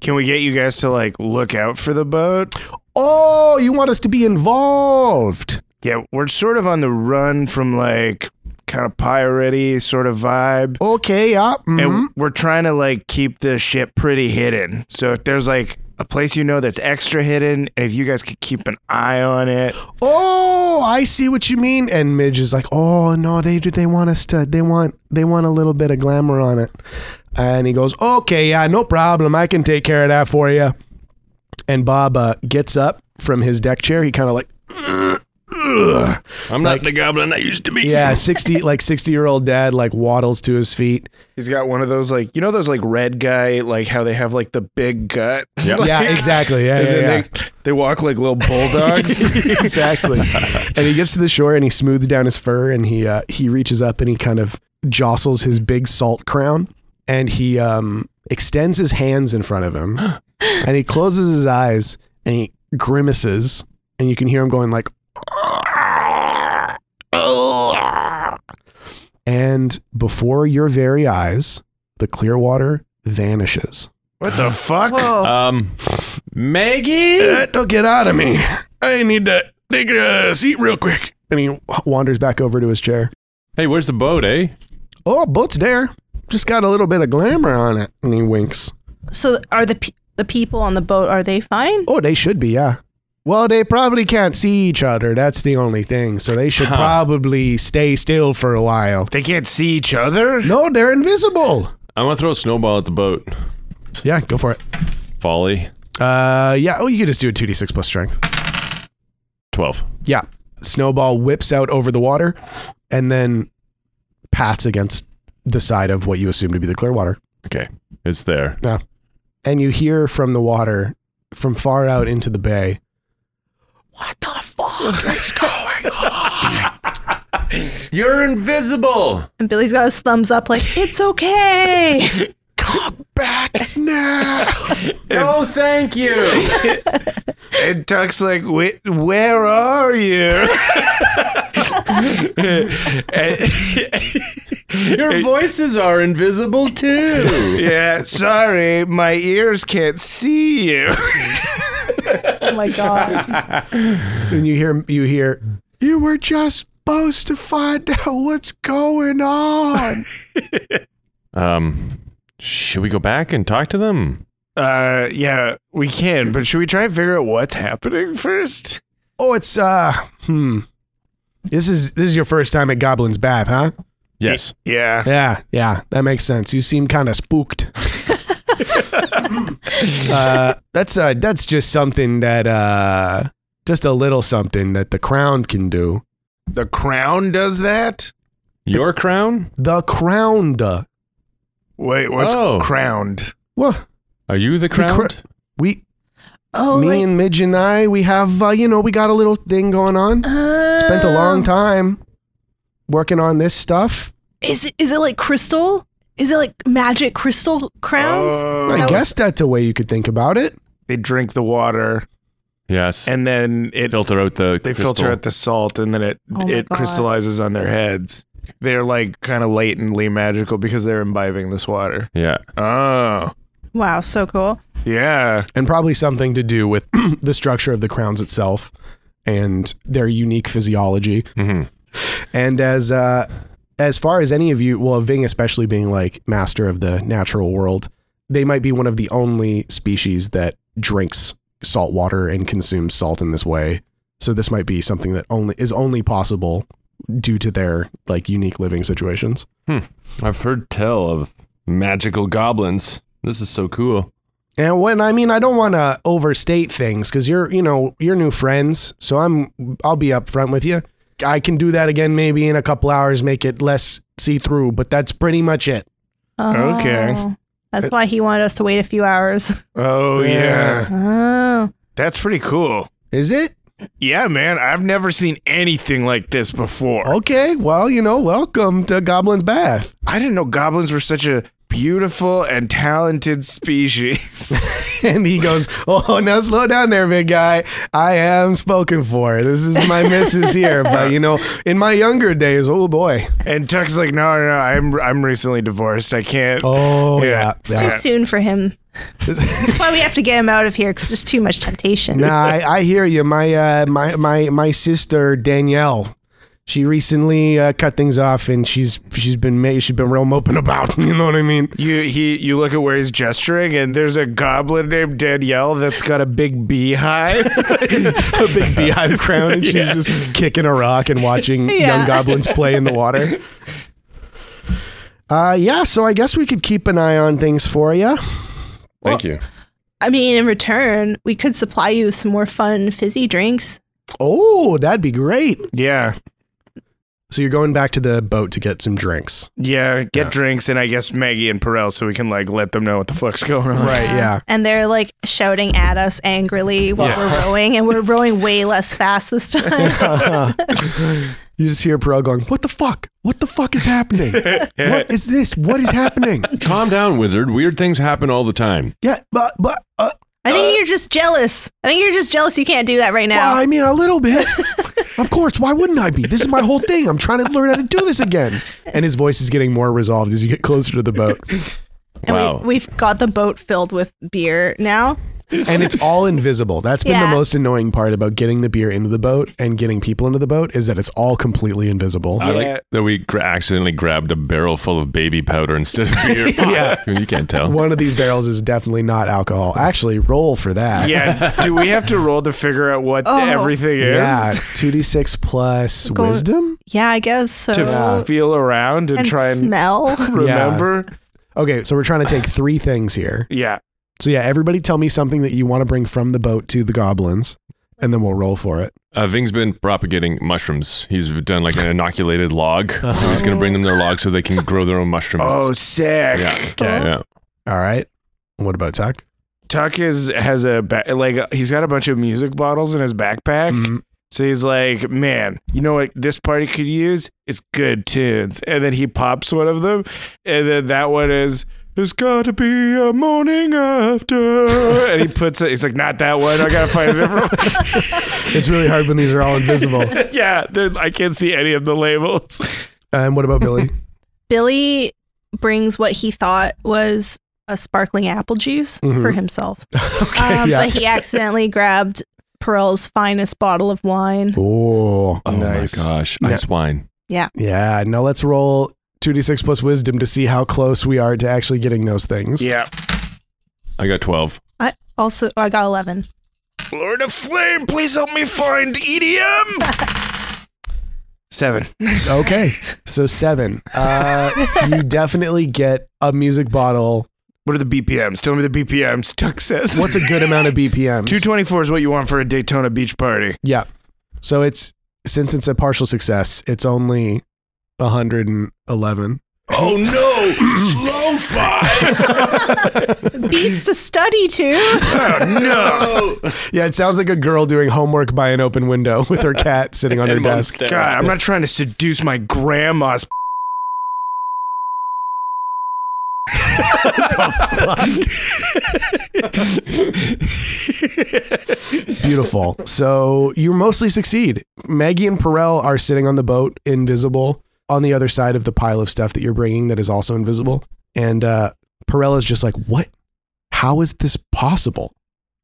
Speaker 6: Can we get you guys to like look out for the boat?
Speaker 3: Oh, you want us to be involved.
Speaker 6: Yeah, we're sort of on the run from like kind of piratey sort of vibe.
Speaker 3: Okay, yeah. mhm.
Speaker 6: And we're trying to like keep the ship pretty hidden. So if there's like a place you know that's extra hidden, and if you guys could keep an eye on it.
Speaker 3: oh i see what you mean and midge is like oh no they do they want us to they want they want a little bit of glamour on it and he goes okay yeah no problem i can take care of that for you and bob uh, gets up from his deck chair he kind of like
Speaker 4: I'm not the goblin I used to be.
Speaker 3: yeah 60 like 60 year old dad like waddles to his feet
Speaker 6: He's got one of those like you know those like red guy like how they have like the big gut. Like,
Speaker 3: yeah exactly yeah,
Speaker 6: And
Speaker 3: yeah,
Speaker 6: then
Speaker 3: yeah.
Speaker 6: They, they walk like little bulldogs.
Speaker 3: exactly. And he gets to the shore and he smooths down his fur and he uh, he reaches up and he kind of jostles his big salt crown and he um, extends his hands in front of him and he closes his eyes and he grimaces and you can hear him going like and before your very eyes the clear water vanishes
Speaker 5: Uh,
Speaker 6: what the fuck?
Speaker 5: Whoa.
Speaker 4: Um, Maggie?
Speaker 3: Eh, Don't get out of me. I need to take a seat real quick. And he wanders back over to his chair.
Speaker 4: Hey, where's the boat, eh?
Speaker 3: Oh, boat's there. Just got a little bit of glamour on it. And he winks.
Speaker 5: So are the pe- the people on the boat are they fine?
Speaker 3: Oh, they should be, yeah. Well, they probably can't see each other. That's the only thing. So they should
Speaker 4: Huh.
Speaker 3: probably stay still for a while.
Speaker 6: They can't see each other?
Speaker 3: No, they're invisible.
Speaker 4: I'm gonna throw a snowball at the boat.
Speaker 3: Yeah, go for it.
Speaker 4: Folly.
Speaker 3: Uh, yeah. Oh, you could just do a 2d6 plus strength.
Speaker 4: Twelve.
Speaker 3: Yeah. Snowball whips out over the water and then pats against the side of what you assume to be the clear water.
Speaker 4: Okay. It's there.
Speaker 3: And you hear from the water from far out into the bay. What the fuck is going on?
Speaker 4: You're invisible.
Speaker 5: And Billy's got his thumbs up, like it's okay.
Speaker 3: Come back now.
Speaker 4: No, thank you.
Speaker 6: And Tuck's like, "Wait, where are you?
Speaker 4: Your voices are invisible too.
Speaker 6: yeah, sorry, my ears can't see you.
Speaker 5: oh my god.
Speaker 3: and you hear you hear you were just supposed to find out what's going on.
Speaker 4: Um, should we go back and talk to them?
Speaker 6: Uh, yeah, we can, but should we try and figure out what's happening first?
Speaker 3: oh, it's uh hmm. This is this is your first time at Goblin's Bath, huh?
Speaker 4: Yes.
Speaker 6: Yeah.
Speaker 3: Yeah, yeah, that makes sense. You seem kind of spooked. uh, that's uh, that's just something that uh, just a little something that the crown can do.
Speaker 6: The crown does that?
Speaker 4: Your crown?
Speaker 3: The crown, duh.
Speaker 6: Wait, what's
Speaker 4: Oh.
Speaker 6: crowned?
Speaker 3: Well,
Speaker 4: Are you the crown?
Speaker 3: we,
Speaker 5: Oh,
Speaker 3: me
Speaker 5: like,
Speaker 3: and Midge and I, we have uh, you know, we got a little thing going on. Spent a long
Speaker 5: um,
Speaker 3: time working on this stuff.
Speaker 5: Is it is it like crystal? Is it like magic crystal crowns?
Speaker 6: Oh.
Speaker 3: I
Speaker 5: That was-
Speaker 3: guess that's a way you could think about it.
Speaker 6: They drink the water
Speaker 4: yes.
Speaker 6: and then it
Speaker 4: filter out the.
Speaker 6: they
Speaker 4: crystal.
Speaker 6: filter out the salt and then it
Speaker 5: Oh my
Speaker 6: it
Speaker 5: God.
Speaker 6: crystallizes on their heads. They're like kind of latently magical because they're imbibing this water.
Speaker 4: Yeah.
Speaker 6: Oh.
Speaker 5: Wow, so cool.
Speaker 6: Yeah.
Speaker 3: and probably something to do with the structure of the crowns itself and their unique physiology.
Speaker 4: hmm
Speaker 3: And as uh, as far as any of you, well, Ving especially being like master of the natural world, they might be one of the only species that drinks salt water and consumes salt in this way. So this might be something that only is only possible due to their like unique living situations.
Speaker 4: I've heard tell of magical goblins. This is so cool.
Speaker 3: And when I mean, I don't want to overstate things because you're, you know, you're new friends. So I'm, I'll be upfront with you. I can do that again maybe in a couple hours, make it less see through, but that's pretty much it.
Speaker 5: Oh.
Speaker 6: Okay.
Speaker 5: That's why he wanted us to wait a few hours.
Speaker 6: Oh yeah.
Speaker 3: Yeah.
Speaker 5: Oh.
Speaker 6: That's pretty cool.
Speaker 3: Is it?
Speaker 6: Yeah, man. I've never seen anything like this before.
Speaker 3: Okay. Well, you know, welcome to Goblin's Bath.
Speaker 6: I didn't know goblins were such a beautiful and talented species.
Speaker 3: And he goes, Oh, now slow down there, big guy. I am spoken for. This is my missus here. But, you know, in my younger days, oh boy.
Speaker 6: and Tuck's like, "No, no, no. I'm I'm recently divorced. I can't."
Speaker 3: Oh,
Speaker 6: Yeah.
Speaker 3: yeah.
Speaker 5: It's too soon for him. That's why we have to get him out of here because there's too much temptation.
Speaker 3: nah, I, I hear you. My uh, my my my sister Danielle, she recently uh, cut things off, and she's she's been ma- she's been real moping about. You know what I mean?
Speaker 6: You he you look at where he's gesturing, and there's a goblin named Danielle that's got a big beehive.
Speaker 3: A big beehive crown, and she's just kicking a rock and watching young
Speaker 5: Yeah.
Speaker 3: goblins play in the water. Uh, yeah, so I guess we could keep an eye on things for you.
Speaker 4: Thank you.
Speaker 5: I mean, in return, we could supply you with some more fun fizzy drinks.
Speaker 3: Oh, that'd be great.
Speaker 6: yeah,
Speaker 3: So you're going back to the boat to get some drinks.
Speaker 6: yeah. Get drinks, and I guess Maggie and Perel, so we can like let them know what the fuck's going on.
Speaker 3: Right, yeah.
Speaker 5: And they're like shouting at us angrily while
Speaker 6: Yeah.
Speaker 5: we're rowing, and we're rowing way less fast this time.
Speaker 3: You just hear Perel going, What the fuck? What the fuck is happening? what is this? What is happening?
Speaker 4: Calm down, wizard. Weird things happen all the time.
Speaker 3: Yeah, but but uh,
Speaker 5: I think you're just jealous. I think you're just jealous you can't do that right
Speaker 3: well,
Speaker 5: now.
Speaker 3: uh, I mean a little bit. of course, why wouldn't I be? This is my whole thing. I'm trying to learn how to do this again. And his voice is getting more resolved as you get closer to the boat.
Speaker 5: and
Speaker 4: Wow.
Speaker 5: we, we've got the boat filled with beer now.
Speaker 3: and it's all invisible. That's been
Speaker 5: Yeah.
Speaker 3: the most annoying part about getting the beer into the boat and getting people into the boat is that it's all completely invisible.
Speaker 4: I like that we gra- accidentally grabbed a barrel full of baby powder instead of beer. yeah, you can't tell.
Speaker 3: One of these barrels is definitely not alcohol. Actually, roll for that.
Speaker 6: Yeah. Do we have to roll to figure out what
Speaker 5: Oh.
Speaker 6: everything is?
Speaker 3: Yeah, two d six plus
Speaker 5: Go-
Speaker 3: wisdom.
Speaker 5: Yeah, I guess so.
Speaker 6: To feel around and,
Speaker 5: and
Speaker 6: try and
Speaker 5: smell.
Speaker 6: remember.
Speaker 3: Okay, so we're trying to take three things here.
Speaker 6: Yeah.
Speaker 3: So yeah, everybody, tell me something that you want to bring from the boat to the goblins, and then we'll roll for it.
Speaker 4: Uh, Ving's been propagating mushrooms. He's done like an inoculated log, so he's gonna bring them their log so they can grow their own mushrooms.
Speaker 6: Oh, sick.
Speaker 4: yeah, yeah.
Speaker 3: All right. What about Tuck?
Speaker 6: Tuck is has a ba- like he's got a bunch of music bottles in his backpack.
Speaker 3: Mm,
Speaker 6: So he's like, man, you know what this party could use is good tunes. And then he pops one of them, and then that one is. There's gotta be a morning after, and he puts it. He's like, "Not that one. I gotta find a different one."
Speaker 3: it's really hard when these are all invisible.
Speaker 6: yeah, there- I can't see any of the labels.
Speaker 3: And what about Billy?
Speaker 5: Billy brings what he thought was a sparkling apple juice
Speaker 3: Mhm.
Speaker 6: Mm-hmm.
Speaker 5: for himself.
Speaker 3: okay.
Speaker 5: Um, But he accidentally grabbed Pearl's finest bottle of wine.
Speaker 3: oh,
Speaker 4: Oh
Speaker 6: Nice.
Speaker 4: my gosh,
Speaker 3: Yeah.
Speaker 4: ice wine.
Speaker 3: yeah. Now let's roll two d six plus wisdom to see how close we are to actually getting those things.
Speaker 6: Yeah,
Speaker 4: I got twelve.
Speaker 5: I also I got 11.
Speaker 6: Lord of Flame, please help me find EDM. Seven.
Speaker 3: Okay. So seven. Uh, you definitely get a music bottle.
Speaker 6: What are the BPMs? Tell me the BPMs. Tuck says.
Speaker 3: What's a good amount of BPMs?
Speaker 6: 224 is what you want for a Daytona beach party.
Speaker 3: Yeah. So it's since it's a partial success, it's only 111.
Speaker 6: Oh no! Slow five!
Speaker 5: Beats to study to.
Speaker 6: no!
Speaker 3: Yeah, it sounds like a girl doing homework by an open window with her cat sitting on her desk.
Speaker 6: God, I'm not trying to seduce my grandma's.
Speaker 3: Beautiful. So you mostly succeed. Maggie and Perel are sitting on the boat, invisible, on the other side of the pile of stuff that you're bringing that is also invisible. And uh, Perel is just like, what? How is this possible?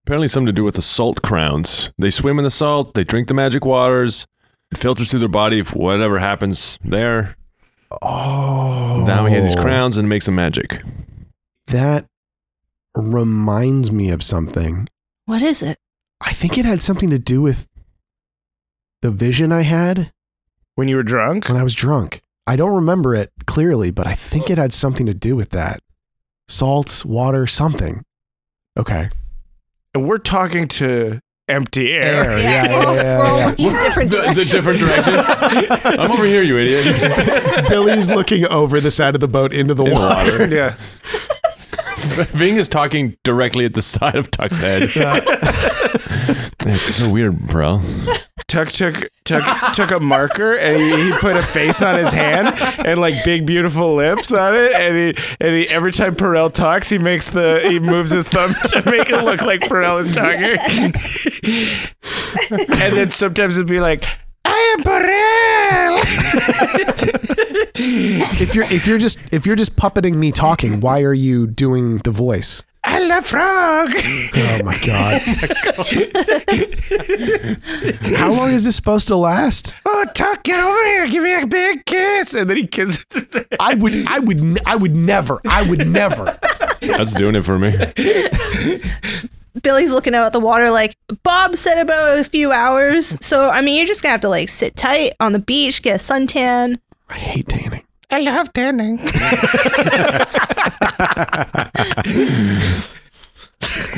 Speaker 4: Apparently, something to do with the salt crowns. They swim in the salt. They drink the magic waters. It filters through their body. If whatever happens there,
Speaker 3: Oh.
Speaker 4: now we have these crowns and it makes them magic.
Speaker 3: That reminds me of something.
Speaker 5: What is it?
Speaker 3: I think it had something to do with the vision I had
Speaker 6: When you were drunk?
Speaker 3: when I was drunk. I don't remember it clearly, but I think it had something to do with that. Salt, water, something. Okay.
Speaker 6: And we're talking to empty air.
Speaker 3: Air. Yeah, yeah, yeah,
Speaker 5: we're all
Speaker 3: yeah.
Speaker 5: looking in different
Speaker 4: The,
Speaker 5: directions.
Speaker 4: different directions. I'm over here, you idiot.
Speaker 3: Billy's looking over the side of the boat into the
Speaker 4: In the
Speaker 3: water.
Speaker 4: water.
Speaker 6: Yeah.
Speaker 4: Ving is talking directly at the side of Tuck's head. It's so weird, bro.
Speaker 6: Tuck took Tuck took a marker and he, he put a face on his hand and like big beautiful lips on it and he and he every time Perel talks he makes the he moves his thumb to make it look like Perel is talking. and then sometimes it'd be like I am Perel.
Speaker 3: If you're if you're just if you're just puppeting me talking, why are you doing the voice?
Speaker 6: I love frog.
Speaker 3: Oh my god. How long is this supposed to last?
Speaker 6: Oh Tuck, get over here, give me a big kiss. And then he kisses his
Speaker 3: I would I would n- I would never. I would never.
Speaker 4: That's doing it for me.
Speaker 5: Billy's looking out at the water like Bob said about a few hours. So I mean, you're just gonna have to like sit tight on the beach, get a suntan.
Speaker 3: I hate tanning.
Speaker 6: I love
Speaker 5: eh.
Speaker 6: tanning.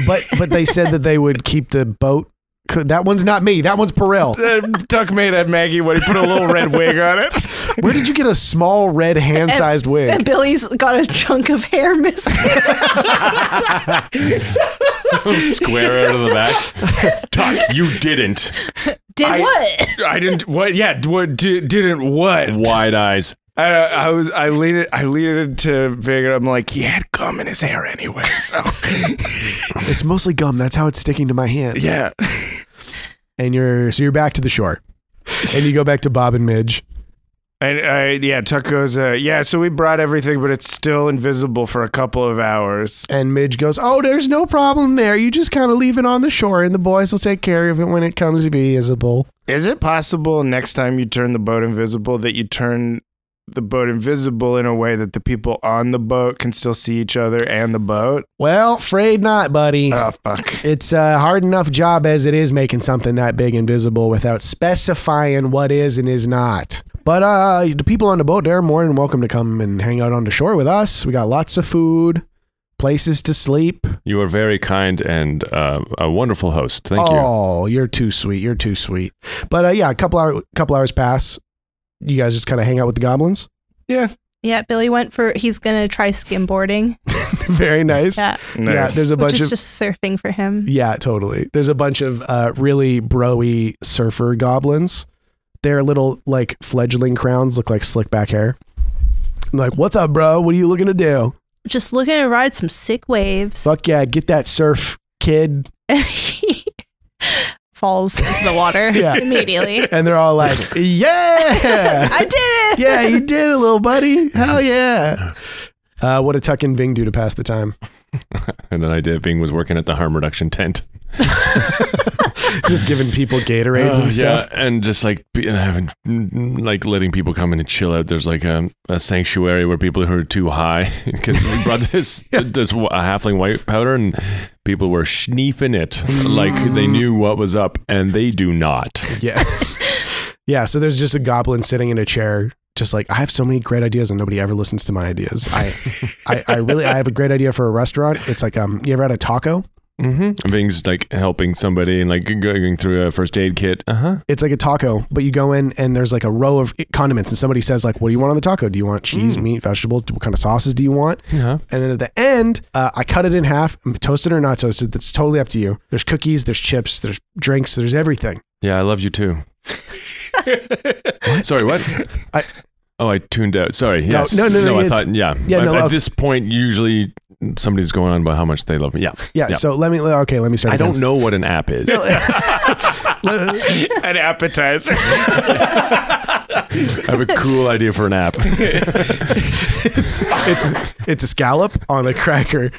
Speaker 3: But but they said that they would keep the boat. That one's not me. That one's Perel.
Speaker 6: Then Tuck made at Maggie when he put a little red wig on it.
Speaker 3: Where did you get a small red hand-sized
Speaker 5: And
Speaker 3: wig?
Speaker 5: Billy's got a chunk of hair missing.
Speaker 4: Square out of the back. Tuck, you didn't.
Speaker 5: Did
Speaker 6: I-
Speaker 5: what?
Speaker 6: I didn't. What? Yeah. What? Di- didn't what?
Speaker 4: Wide eyes.
Speaker 6: I, I was. I leaned it. I leaned it to Vig, and I'm like, he had gum in his hair anyway. So
Speaker 3: It's mostly gum. That's how it's sticking to my hand.
Speaker 6: yeah.
Speaker 3: And you're so you're back to the shore, and you go back to Bob and Midge,
Speaker 6: And I, yeah, Tuck goes, uh, yeah, so we brought everything, but it's still invisible for a couple of hours.
Speaker 3: And Midge goes, Oh, there's no problem there. You just kind of leave it on the shore, and the boys will take care of it when it comes to be visible.
Speaker 6: Is it possible next time you turn the boat invisible that you turn the boat invisible in a way that the people on the boat can still see each other and the boat?
Speaker 3: Well, afraid not, buddy.
Speaker 6: Oh, fuck.
Speaker 3: It's a hard enough job as it is making something that big invisible without specifying what is and is not. But uh, the people on the boat, they're more than welcome to come and hang out on the shore with us. We got lots of food, places to sleep.
Speaker 4: You are very kind and uh, a wonderful host. Thank you.
Speaker 3: oh, you. are too sweet. You're too sweet. But uh, yeah, a couple hour, couple hours pass. You guys just kind of hang out with the goblins.
Speaker 5: Yeah, Billy went for. He's gonna try skimboarding.
Speaker 3: Very nice.
Speaker 5: Yeah,
Speaker 3: Yeah,
Speaker 6: Nice.
Speaker 3: there's a
Speaker 5: which
Speaker 3: bunch
Speaker 5: is
Speaker 3: of
Speaker 5: just surfing for him.
Speaker 3: Yeah, totally. There's a bunch of uh, really broy surfer goblins. Their little like fledgling crowns look like slick back hair. I'm like, what's up, bro? What are you looking to do?
Speaker 5: Just looking to ride some sick waves.
Speaker 3: Fuck yeah, get that surf, kid.
Speaker 5: And he falls into the water
Speaker 3: Yeah.
Speaker 5: immediately.
Speaker 3: And they're all like, yeah,
Speaker 5: I did it.
Speaker 3: yeah, you did it, little buddy. Hell yeah. Uh, what a Tuck and Bing do to pass the time.
Speaker 4: And then I did. Bing was working at the harm reduction tent.
Speaker 3: Just giving people Gatorades
Speaker 4: Oh,
Speaker 3: and stuff.
Speaker 4: Yeah, and just like be- and having mm, like letting people come in and chill out. There's like a, a sanctuary where people who are too high because we brought this this wh- a halfling white powder and people were schneefing it
Speaker 3: Mm.
Speaker 4: like they knew what was up, and they do not.
Speaker 3: Yeah. yeah. So there's just a goblin sitting in a chair, just like, I have so many great ideas and nobody ever listens to my ideas. I, I, I really, I have a great idea for a restaurant. It's like, um, you ever had a taco?
Speaker 4: Mm-hmm. Bing's like helping somebody and like going through a first aid kit. Uh huh.
Speaker 3: It's like a taco, but you go in and there's like a row of condiments and somebody says like, what do you want on the taco? Do you want cheese,
Speaker 4: Mm.
Speaker 3: meat, vegetables? What kind of sauces do you want?
Speaker 4: Yeah.
Speaker 3: And then at the end, uh, I cut it in half, toasted or not toasted. That's totally up to you. There's cookies, there's chips, there's drinks, there's everything.
Speaker 4: Yeah, I love you too. Sorry, what?
Speaker 3: I-
Speaker 4: oh, I tuned out. Sorry. Yes.
Speaker 3: no, no, no,
Speaker 4: I
Speaker 3: it's-
Speaker 4: thought. Yeah.
Speaker 3: yeah,
Speaker 4: At,
Speaker 3: no,
Speaker 4: at
Speaker 3: uh,
Speaker 4: this point, usually somebody's going on about how much they love me. Yeah.
Speaker 3: Yeah. So let me, okay, let me start.
Speaker 4: I
Speaker 3: again.
Speaker 4: don't know what an app is.
Speaker 6: An appetizer.
Speaker 4: I have a cool idea for an app.
Speaker 3: it's it's a scallop on a cracker.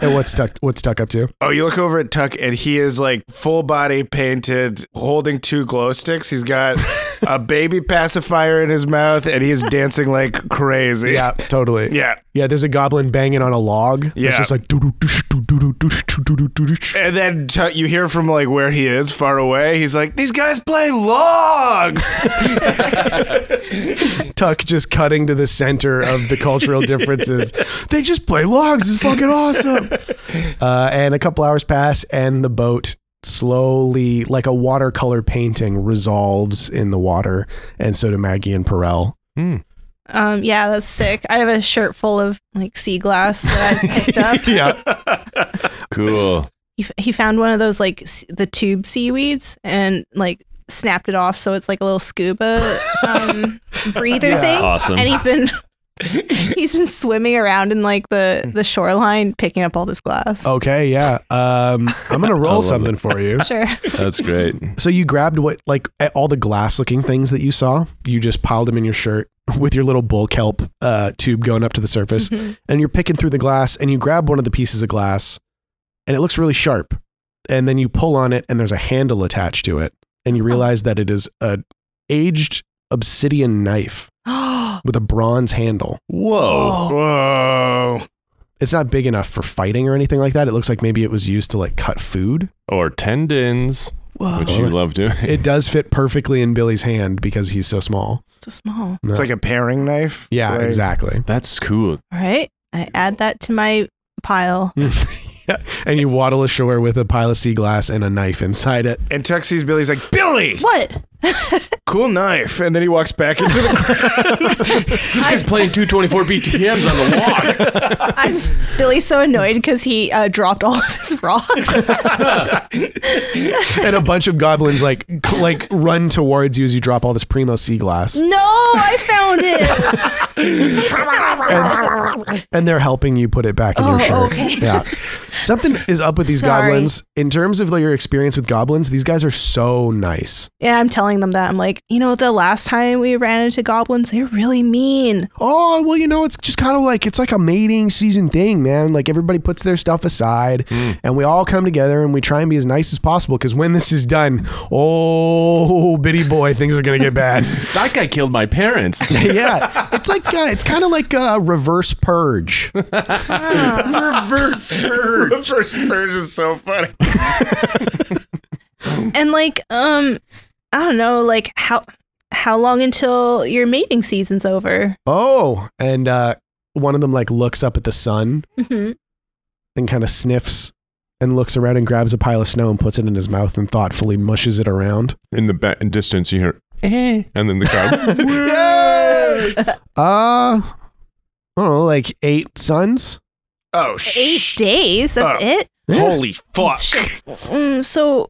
Speaker 3: And what's Tuck what's Tuck up to?
Speaker 6: Oh, you look over at Tuck, and he is like full body painted, holding two glow sticks. He's got a baby pacifier in his mouth, and he is dancing like crazy.
Speaker 3: Yeah, totally.
Speaker 6: Yeah.
Speaker 3: Yeah, there's a goblin banging on a log.
Speaker 6: Yeah.
Speaker 3: It's just like doo doo doo doo doo doo doo doo doo doo doo.
Speaker 6: And then Tuck, you hear from like where he is, far away. He's like, "These guys play logs."
Speaker 3: Tuck just cutting to the center of the cultural differences. they just play logs. It's fucking awesome. Uh, and a couple hours pass, and the boat slowly, like a watercolor painting, resolves in the water. And so do Maggie and Perel.
Speaker 5: Um, yeah, that's sick. I have a shirt full of like sea glass that I picked up.
Speaker 3: Yeah.
Speaker 4: Cool.
Speaker 5: he, f- he found one of those like s- the tube seaweeds and like snapped it off so it's like a little scuba um, breather thing
Speaker 4: Awesome.
Speaker 5: and he's been he's been swimming around in like the the shoreline picking up all this glass
Speaker 3: Okay. Yeah. Um, I'm gonna
Speaker 4: I
Speaker 3: roll
Speaker 4: love
Speaker 3: something for you.
Speaker 5: sure
Speaker 4: That's great.
Speaker 3: So you grabbed what, like a- all the glass looking things that you saw, you just piled them in your shirt with your little bull kelp uh, tube going up to the surface. And you're picking through the glass and you grab one of the pieces of glass and it looks really sharp. And then you pull on it and there's a handle attached to it. And you realize that it is an aged obsidian knife with a bronze handle.
Speaker 4: Whoa.
Speaker 6: Whoa!
Speaker 3: It's not big enough for fighting or anything like that. It looks like maybe it was used to like cut food.
Speaker 4: Or tendons,
Speaker 5: whoa
Speaker 4: which you love doing.
Speaker 3: It does fit perfectly in Billy's hand because he's so small.
Speaker 5: so small
Speaker 6: It's like a paring knife.
Speaker 3: Yeah,
Speaker 6: Like-
Speaker 3: exactly.
Speaker 4: That's cool.
Speaker 5: all right i add that to my pile
Speaker 3: and you waddle ashore with a pile of sea glass and a knife inside it.
Speaker 6: And Tuck sees Billy's like, "Billy,
Speaker 5: what
Speaker 6: cool knife," and then he walks back into the.
Speaker 4: This guy's playing 224 BTMs on the walk.
Speaker 5: i'm s- billy's so annoyed because he uh, dropped all of his rocks
Speaker 3: And a bunch of goblins like c- like run towards you as you drop all this primo sea glass,
Speaker 5: no i found it
Speaker 3: and they're helping you put it back in your
Speaker 5: Oh,
Speaker 3: shirt.
Speaker 5: okay.
Speaker 3: Yeah, something is up with these
Speaker 5: Sorry.
Speaker 3: goblins. In terms of like, your experience with goblins, these guys are so nice.
Speaker 5: yeah i'm telling them that i'm like like, you know, the last time we ran into goblins, they're really mean.
Speaker 3: Oh, well, you know, it's just kind of like it's like a mating season thing, man. Like everybody puts their stuff aside
Speaker 5: Hmm.
Speaker 3: and we all come together and we try and be as nice as possible because when this is done, oh, bitty boy, things are going to get bad.
Speaker 4: That guy killed my parents.
Speaker 3: yeah. It's like, uh, it's kind of like a reverse purge.
Speaker 6: Reverse purge. Reverse purge is so funny.
Speaker 5: And like, um, I don't know, like how how long until your mating season's over?
Speaker 3: Oh, and uh, one of them like looks up at the sun
Speaker 5: hmm
Speaker 3: and kind of sniffs and looks around and grabs a pile of snow and puts it in his mouth and thoughtfully mushes it around.
Speaker 4: In the back, in distance, you hear, eh, and then the crowd.
Speaker 3: Yay! uh, I don't know, like eight sons.
Speaker 6: Oh
Speaker 5: Eight
Speaker 6: shit!
Speaker 5: days. That's it.
Speaker 6: Holy fuck!
Speaker 5: Mm, so,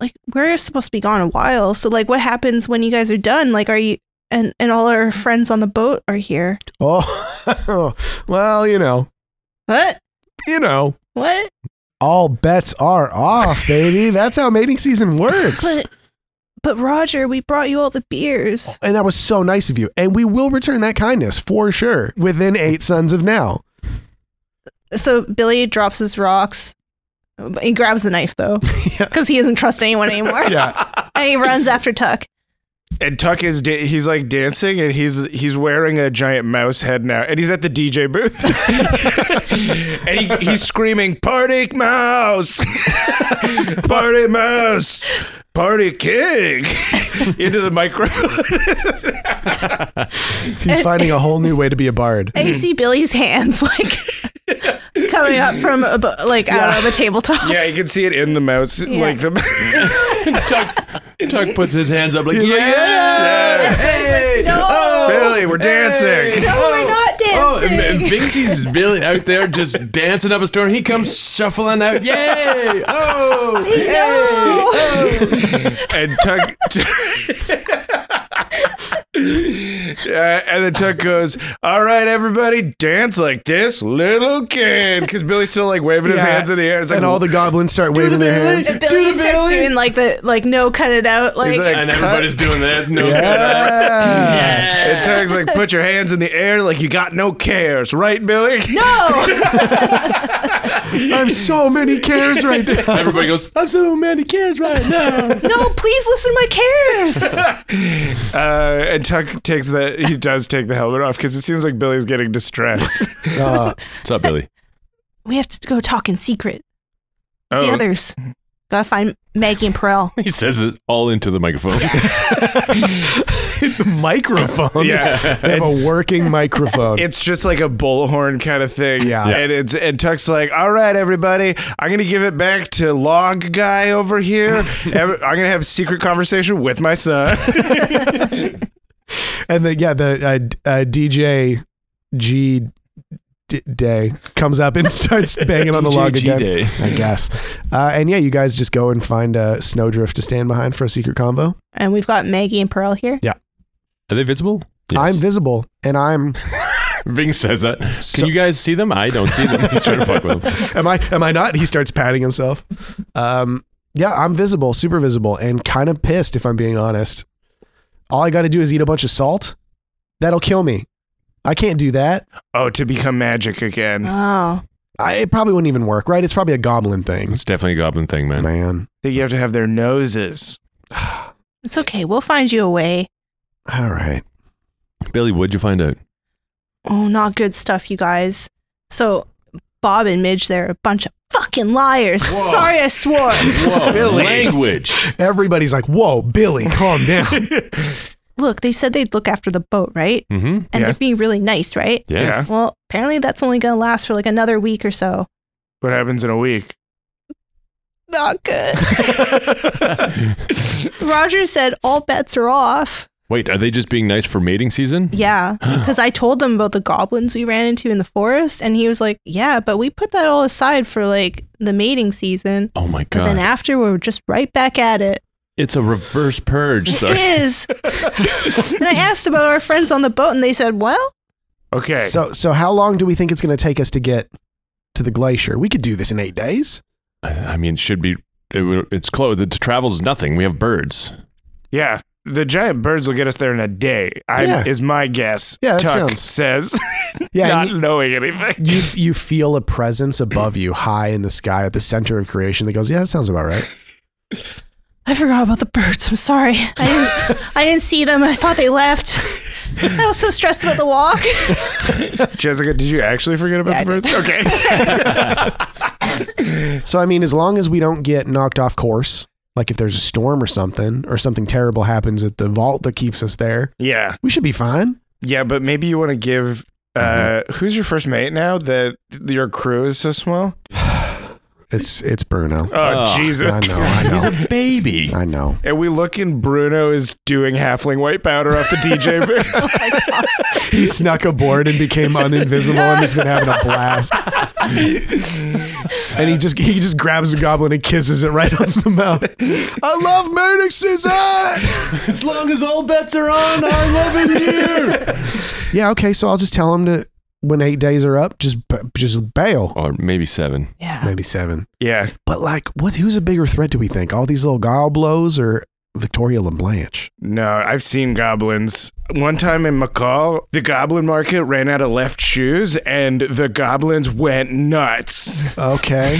Speaker 5: like, we're supposed to be gone a while. So, like, what happens when you guys are done? Like, are you and and all our friends on the boat are here?
Speaker 3: Oh, well, you know,
Speaker 5: What?
Speaker 3: you know.
Speaker 5: What?
Speaker 3: All bets are off, baby. That's how mating season works.
Speaker 5: But but Roger, we brought you all the beers.
Speaker 3: And that was so nice of you. And we will return that kindness for sure within eight sons of now.
Speaker 5: So Billy drops his rocks. He grabs the knife though, because he doesn't trust anyone anymore.
Speaker 3: Yeah.
Speaker 5: and he runs after Tuck.
Speaker 6: And Tuck is da- he's like dancing, and he's he's wearing a giant mouse head now, and he's at the DJ booth, and he, he's screaming, "Party mouse, party mouse, party king!" into the microphone.
Speaker 3: He's finding a whole new way to be a bard.
Speaker 5: And you see Billy's hands like coming up from abo- like out of a tabletop.
Speaker 6: yeah, you can see it in the mouse, like the.
Speaker 4: Tuck, Tuck puts his hands up like, yeah.
Speaker 5: It's like, no,
Speaker 6: Billy, we're dancing.
Speaker 5: no, we're not
Speaker 4: Oh, and, and
Speaker 5: dancing.
Speaker 4: Vixi's Billy out there just dancing up a storm. He comes shuffling out. Yay! Oh!
Speaker 5: No.
Speaker 6: and Tuck. Uh, and then Tuck goes, "All right, everybody, dance like this, little kid." Because Billy's still like waving his
Speaker 3: Yeah.
Speaker 6: hands in the air. It's like
Speaker 3: And all the goblins start waving their hands.
Speaker 5: And Billy starts doing like the like no cut it out like,
Speaker 6: He's like-
Speaker 4: And everybody's doing that. No
Speaker 6: Yeah. And Tuck's like, "Put your hands in the air like you got no cares, right, Billy?"
Speaker 5: no
Speaker 3: I have so many cares right now.
Speaker 4: Everybody goes, I'm so many cares right now.
Speaker 5: no please listen to my cares
Speaker 6: Uh, and Tuck takes the he does take the helmet off because it seems like Billy's getting distressed.
Speaker 3: Uh,
Speaker 4: What's up, Billy?
Speaker 5: we have to go talk in secret
Speaker 6: Oh,
Speaker 5: the others gotta find Maggie and Perel
Speaker 4: He says it all into the microphone.
Speaker 3: microphone.
Speaker 6: Oh, yeah.
Speaker 3: They have a working microphone.
Speaker 6: It's just like a bullhorn kind of thing.
Speaker 3: Yeah. Yeah.
Speaker 6: And it's and Tuck's like, all right, everybody, I'm gonna give it back to Log Guy over here. Every- I'm gonna have a secret conversation with my son.
Speaker 3: and the yeah the uh, d- uh, DJ G D- Day comes up and starts banging on the log
Speaker 4: DJ
Speaker 3: again.
Speaker 4: Day.
Speaker 3: I guess. Uh, and yeah, you guys just go and find a snowdrift to stand behind for a secret combo.
Speaker 5: and we've got Maggie and Perel here
Speaker 4: Are they visible?
Speaker 3: I'm visible and I'm
Speaker 4: Ving says that. Can
Speaker 3: So-
Speaker 4: you guys see them? I don't see them. He's trying to fuck with them.
Speaker 3: am I am I not? He starts patting himself. Um, yeah, I'm visible, super visible, and kind of pissed if I'm being honest. All I got to do is eat a bunch of salt. That'll kill me. I can't do that.
Speaker 6: oh, to become magic
Speaker 3: Uh.
Speaker 6: again.
Speaker 5: oh
Speaker 3: I, it probably wouldn't even work, right? It's probably a goblin thing.
Speaker 4: It's definitely a goblin thing, man.
Speaker 6: I
Speaker 3: Man.
Speaker 6: think you have to have their noses.
Speaker 5: it's okay we'll find you a way
Speaker 3: All right.
Speaker 4: Billy, what'd you find out?
Speaker 5: oh not good stuff you guys so Bob and Midge they're a bunch of fucking liars sorry I swore
Speaker 4: Whoa,
Speaker 6: Billy.
Speaker 4: language.
Speaker 3: Everybody's like, whoa, Billy, calm down.
Speaker 5: look they said they'd look after the boat right
Speaker 4: Mm-hmm.
Speaker 5: and
Speaker 6: Yeah.
Speaker 5: they're being really nice right
Speaker 4: Yes.
Speaker 5: Well, apparently that's only going to last for like another week or so.
Speaker 6: What happens in a week?
Speaker 5: Not good. Roger said all bets are off.
Speaker 4: Wait, are they just being nice for mating season?
Speaker 5: Yeah, because I told them about the goblins we ran into in the forest, and he was like, "Yeah, but we put that all aside for like the mating season."
Speaker 4: Oh my
Speaker 5: But
Speaker 4: god.
Speaker 5: then after, we're just right back at it.
Speaker 4: it's a reverse purge. Sorry.
Speaker 5: It is. and I asked about our friends on the boat, and they said, "Well,
Speaker 6: Okay.
Speaker 3: so, so how long do we think it's going to take us to get to the glacier? We could do this in eight days.
Speaker 4: I, I mean, it should be. It, would- it's close. The travel's nothing. We have birds.
Speaker 6: yeah. the giant birds will get us there in a day. I
Speaker 3: Yeah.
Speaker 6: is my guess.
Speaker 3: Yeah, that
Speaker 6: Tuck
Speaker 3: sounds-
Speaker 6: says,
Speaker 3: Yeah,
Speaker 6: not
Speaker 3: and
Speaker 6: knowing anything.
Speaker 3: you, you you feel a presence above you, high in the sky, at the center of creation. That goes, yeah, that sounds about right.
Speaker 5: I forgot about the birds. I'm sorry. I didn't, I didn't see them. I thought they left. I was so stressed about the walk.
Speaker 6: Jessica, did you actually forget about
Speaker 5: Yeah,
Speaker 6: the birds? Okay.
Speaker 3: So I mean, as long as we don't get knocked off course, like if there's a storm or something, or something terrible happens at the vault that keeps us there,
Speaker 6: yeah.
Speaker 3: we should be fine.
Speaker 6: Yeah, but maybe you want to give uh
Speaker 3: Mm-hmm.
Speaker 6: who's your first mate now that your crew is so small?
Speaker 3: It's it's Bruno.
Speaker 6: Oh,
Speaker 4: Oh,
Speaker 6: Jesus.
Speaker 3: I know, I know,
Speaker 4: baby.
Speaker 3: I know.
Speaker 6: And we look and Bruno is doing halfling white powder off the DJ booth.
Speaker 3: He snuck aboard and became uninvisible, and he's been having a blast. and he just he just grabs the goblin and kisses it right on the mouth. I love murder season.
Speaker 4: As long as all bets are on, I love it here.
Speaker 3: Yeah, okay. So I'll just tell him to when eight days are up, just b- just bail.
Speaker 4: or maybe seven.
Speaker 5: Yeah.
Speaker 3: Maybe seven.
Speaker 6: yeah.
Speaker 3: But like, what? Who's a bigger threat? Do we think all these little goblos or Victoria LeBlanche?
Speaker 6: No, I've seen goblins. One time in McCall, the goblin market ran out of left shoes and the goblins went nuts.
Speaker 3: Okay,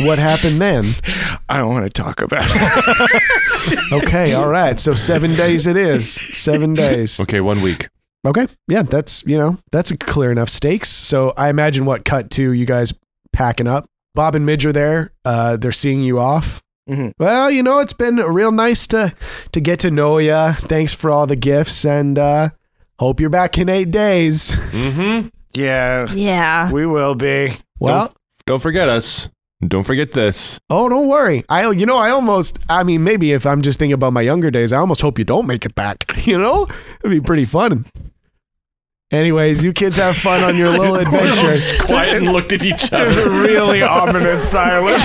Speaker 3: what happened then?
Speaker 6: I don't want to talk about it.
Speaker 3: Okay, all right. So seven days it is. Seven days.
Speaker 4: Okay, one week.
Speaker 3: Okay, yeah, that's you know that's a clear enough stakes. So I imagine what cut to you guys packing up. Bob and Midge are there. Uh, they're seeing you off.
Speaker 6: Mhm.
Speaker 3: Well, you know it's been real nice to to get to know ya. Thanks for all the gifts, and uh, hope you're back in eight days.
Speaker 4: Mm-hmm.
Speaker 6: Yeah,
Speaker 5: Yeah.
Speaker 6: we will be.
Speaker 3: Well,
Speaker 4: Don't forget us. Don't forget this.
Speaker 3: Oh, don't worry. I, you know, I almost, I mean, maybe if I'm just thinking about my younger days, I almost hope you don't make it back. You know, it'd be pretty fun. Anyways, you kids have fun on your little adventures.
Speaker 4: Quiet and looked at each
Speaker 6: There's a really ominous silence.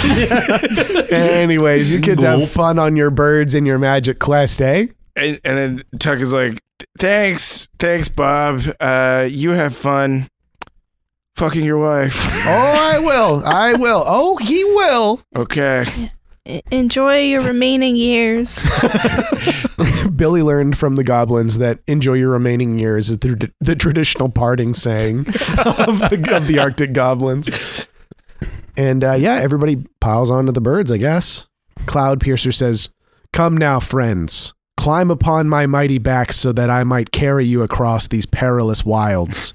Speaker 3: Anyways, you kids have
Speaker 4: Gulp.
Speaker 3: fun on your birds and your magic quest, eh?
Speaker 6: And, and then Tuck is like, "Thanks, thanks, Bob. Uh, you have fun fucking your wife."
Speaker 3: Oh, I will. I will. Oh, he will.
Speaker 6: Okay.
Speaker 5: E- Enjoy your remaining years.
Speaker 3: Billy learned from the goblins that enjoy your remaining years is the, the traditional parting saying of the, of the Arctic goblins. And uh, yeah, everybody piles onto the birds, I guess. Cloud Piercer says, Come now, friends. Climb upon my mighty back so that I might carry you across these perilous wilds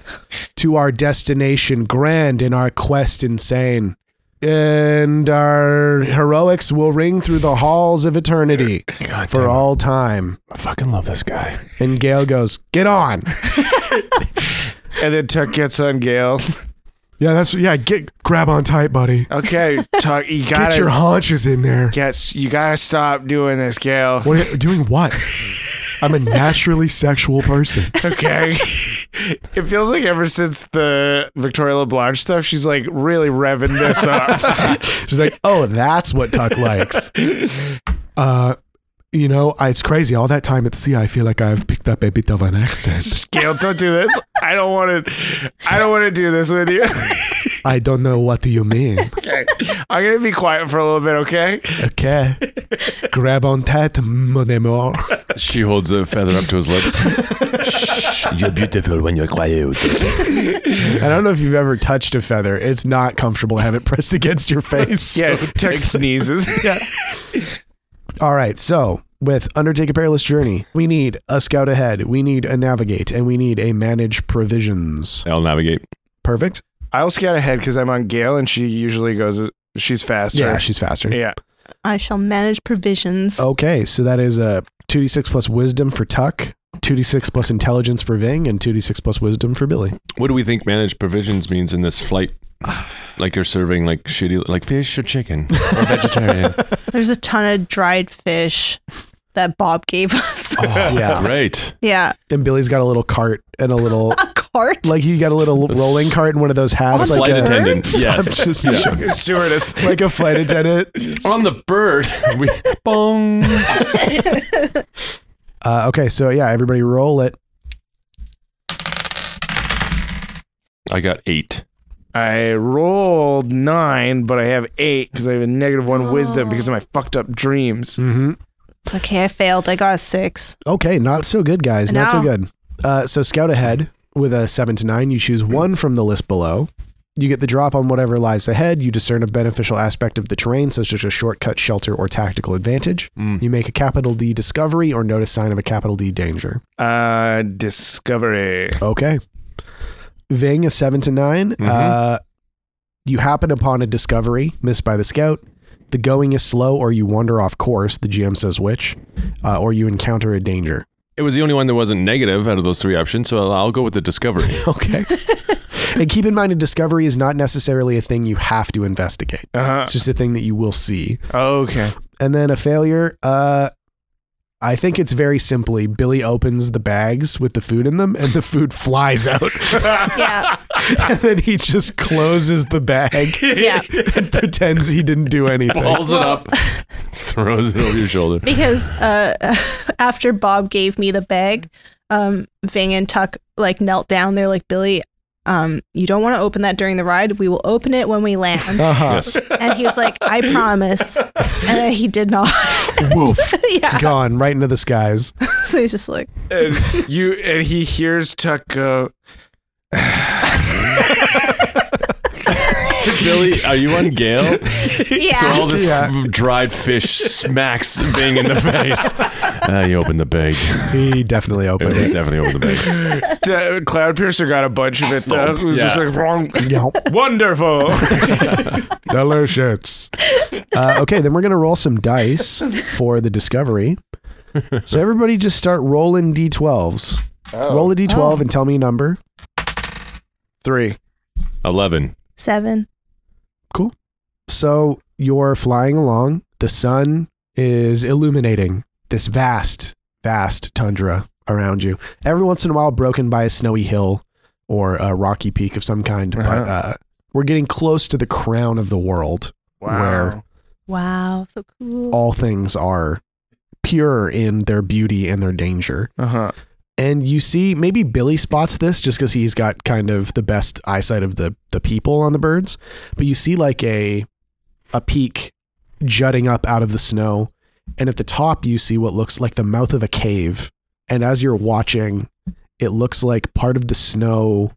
Speaker 3: to our destination, grand in our quest insane. And our heroics will ring through the halls of eternity
Speaker 4: God
Speaker 3: for all time.
Speaker 4: I fucking love this guy.
Speaker 3: And Gail goes, "Get on."
Speaker 6: And then Tuck gets on Gail.
Speaker 3: Yeah, that's yeah. Get grab on tight, buddy.
Speaker 6: Okay, Tuck, you
Speaker 3: Get
Speaker 6: gotta
Speaker 3: your haunches in there.
Speaker 6: get- you gotta stop doing this, Gail.
Speaker 3: What doing? What? I'm a naturally sexual person.
Speaker 6: Okay. it feels like ever since the Victoria LeBlanche stuff, she's like really revving this up.
Speaker 3: She's like, "Oh, that's what Tuck likes." Uh, you know, I- it's crazy. All that time at sea, I feel like I've picked up a bit of an accent.
Speaker 6: Gail, don't do this. I don't want to. I don't want to do this with you.
Speaker 3: I don't know what do you mean.
Speaker 6: okay. I'm gonna be quiet for a little bit. Okay.
Speaker 3: Okay, grab on tight, mon amour.
Speaker 4: She holds a feather up to his lips. you're beautiful when you're quiet.
Speaker 3: I don't know if you've ever touched a feather. It's not comfortable to have it pressed against your face.
Speaker 6: Yeah. Tuck sneezes.
Speaker 3: All right, so with Undertake a Perilous Journey, we need a scout ahead, we need a navigate, and we need a manage provisions.
Speaker 4: I'll navigate.
Speaker 3: Perfect?
Speaker 6: I'll scout ahead because I'm on Gail, and she usually goes. She's faster.
Speaker 3: Yeah, she's faster.
Speaker 6: Yeah.
Speaker 5: I shall manage provisions.
Speaker 3: Okay, so that is a 2d6 plus wisdom for Tuck, 2d6 plus intelligence for Ving, and 2d6 plus wisdom for Billy.
Speaker 4: What do we think managed provisions means in this flight? Like you're serving like shitty, like fish or chicken or vegetarian.
Speaker 5: There's a ton of dried fish that Bob gave us.
Speaker 3: Oh. yeah.
Speaker 4: Great.
Speaker 5: yeah.
Speaker 3: And Billy's got a little cart and a little,
Speaker 5: A cart.
Speaker 3: like, he got a little rolling cart and one of those hats.
Speaker 5: On
Speaker 3: like
Speaker 5: the
Speaker 4: Flight
Speaker 3: a,
Speaker 5: bird?
Speaker 4: attendant. Yes.
Speaker 3: I'm just-
Speaker 6: Stewardess.
Speaker 3: Like a flight attendant.
Speaker 4: On the bird. We, bong.
Speaker 3: Uh, okay, so yeah, everybody roll it.
Speaker 4: I got eight.
Speaker 6: I rolled nine, but I have eight because I have a negative one wisdom because of my fucked up dreams.
Speaker 3: Mm-hmm.
Speaker 5: It's okay. I failed. I got a six.
Speaker 3: Okay, not so good, guys. Not so
Speaker 5: No.
Speaker 3: good. Uh, so scout ahead with a seven to nine. You choose one from the list below. You get the drop on whatever lies ahead. You discern a beneficial aspect of the terrain, such as a shortcut, shelter, or tactical advantage.
Speaker 4: Mm.
Speaker 3: You make a capital D discovery or notice sign of a capital D danger.
Speaker 6: Uh, discovery.
Speaker 3: Okay. Ving, a seven to 9 Uh, you happen upon a discovery missed by the scout. The going is slow, or you wander off course. The GM says which, uh, or you encounter a danger.
Speaker 4: It was the only one that wasn't negative out of those three options, so I'll, I'll go with the discovery.
Speaker 3: Okay. and keep in mind, a discovery is not necessarily a thing you have to investigate.
Speaker 6: Uh
Speaker 3: It's just a thing that you will see.
Speaker 6: huh. Okay.
Speaker 3: And then a failure. Uh, I think it's very simply Billy opens the bags with the food in them, and the food flies out.
Speaker 5: Yeah.
Speaker 3: and then he just closes the bag
Speaker 5: Yeah.
Speaker 3: and pretends he didn't do anything.
Speaker 4: Balls it up, throws it over your shoulder.
Speaker 5: because uh, after Bob gave me the bag, um, Ving and Tuck like knelt down. They're like, Billy, um, you don't want to open that during the ride. We will open it when we land.
Speaker 3: Uh-huh.
Speaker 4: Yes.
Speaker 5: and he's like, I promise. And then he did not.
Speaker 3: Woof.
Speaker 5: yeah.
Speaker 3: Gone right into the skies.
Speaker 5: So he's just like,
Speaker 6: And you and he hears Tuck go.
Speaker 4: Billy, are you on Gale? So all
Speaker 5: yeah.
Speaker 4: this
Speaker 3: Yeah.
Speaker 4: f- dried fish smacks Bing in the face. Ah, you opened the bag.
Speaker 3: He definitely
Speaker 4: It
Speaker 3: opened
Speaker 4: was
Speaker 3: it.
Speaker 4: definitely opened the bag.
Speaker 6: D- Cloudpiercer got a bunch of it though. It was just
Speaker 4: yeah.
Speaker 6: like wrong.
Speaker 3: Yelp.
Speaker 6: Wonderful.
Speaker 3: Delicious. Uh, okay, then we're gonna roll some dice for the discovery. So everybody, just start rolling d12s. Roll a d12
Speaker 5: Oh.
Speaker 3: and tell me a number.
Speaker 6: Three.
Speaker 4: Eleven.
Speaker 5: Seven.
Speaker 3: So you're flying along. The sun is illuminating this vast, vast tundra around you. Every once in a while, broken by a snowy hill or a rocky peak of some kind. But
Speaker 6: Uh-huh.
Speaker 3: uh, we're getting close to the crown of the world, Where?
Speaker 5: Wow. So cool.
Speaker 3: all things are pure in their beauty and their danger.
Speaker 6: Uh huh.
Speaker 3: and you see maybe Billy spots this just because he's got kind of the best eyesight of the the people on the birds, but you see like a a peak jutting up out of the snow, and at the top you see what looks like the mouth of a cave, and as you're watching, it looks like part of the snow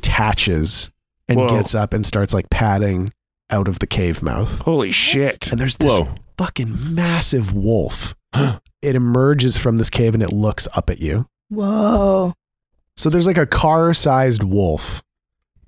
Speaker 3: detaches and
Speaker 6: Whoa.
Speaker 3: gets up and starts like padding out of the cave mouth,
Speaker 6: Holy shit.
Speaker 3: and there's this
Speaker 4: Whoa.
Speaker 3: fucking massive wolf. it emerges from this cave and it looks up at you.
Speaker 5: Whoa.
Speaker 3: So there's like a car sized wolf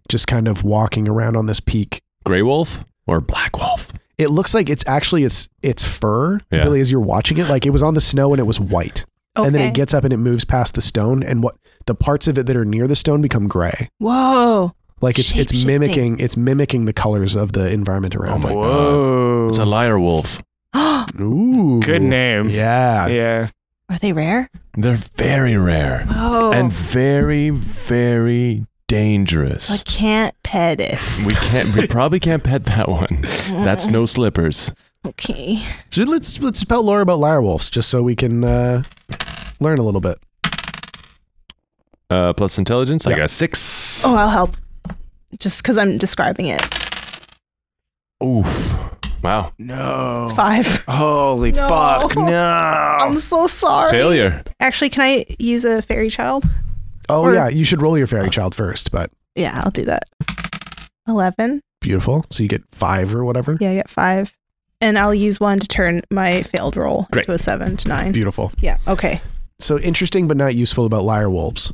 Speaker 3: just kind of walking around on this peak.
Speaker 4: Gray wolf or black wolf?
Speaker 3: It looks like it's actually its its fur,
Speaker 4: Yeah.
Speaker 3: really, as you're watching it. Like it was on the snow and it was white.
Speaker 5: Okay.
Speaker 3: And then it gets up and it moves past the stone and what the parts of it that are near the stone become gray.
Speaker 5: Whoa.
Speaker 3: Like it's it's
Speaker 5: Shape-shifting.
Speaker 3: mimicking it's mimicking the colors of the environment around
Speaker 4: my
Speaker 3: it.
Speaker 4: God.
Speaker 6: Whoa.
Speaker 4: It's a liar wolf.
Speaker 3: Ooh.
Speaker 6: Good name.
Speaker 3: Yeah.
Speaker 6: Yeah.
Speaker 5: Are they rare?
Speaker 4: They're very rare
Speaker 5: Oh.
Speaker 4: and very, very dangerous.
Speaker 5: I can't pet it.
Speaker 4: we can't. We probably can't pet that one. That's no slippers.
Speaker 5: Okay.
Speaker 3: So let's let's spell lore about lyrewolves just so we can uh, learn a little bit.
Speaker 4: Uh, plus intelligence. I
Speaker 3: Yeah.
Speaker 4: got six.
Speaker 5: Oh, I'll help. Just because I'm describing it.
Speaker 4: Oof. Wow.
Speaker 6: No.
Speaker 5: Five.
Speaker 6: Holy
Speaker 5: No.
Speaker 6: fuck. No. Oh.
Speaker 5: I'm so sorry.
Speaker 4: Failure.
Speaker 5: Actually, can I use a fairy child?
Speaker 3: Oh
Speaker 5: Or-
Speaker 3: yeah, you should roll your fairy child first, but
Speaker 5: Yeah, I'll do that. 11.
Speaker 3: beautiful. So you get five or whatever.
Speaker 5: Yeah, I get five. And I'll use one to turn my failed roll
Speaker 4: Great.
Speaker 5: to a seven to nine.
Speaker 3: Beautiful.
Speaker 5: Yeah, okay.
Speaker 3: so interesting but not useful about lyre wolves.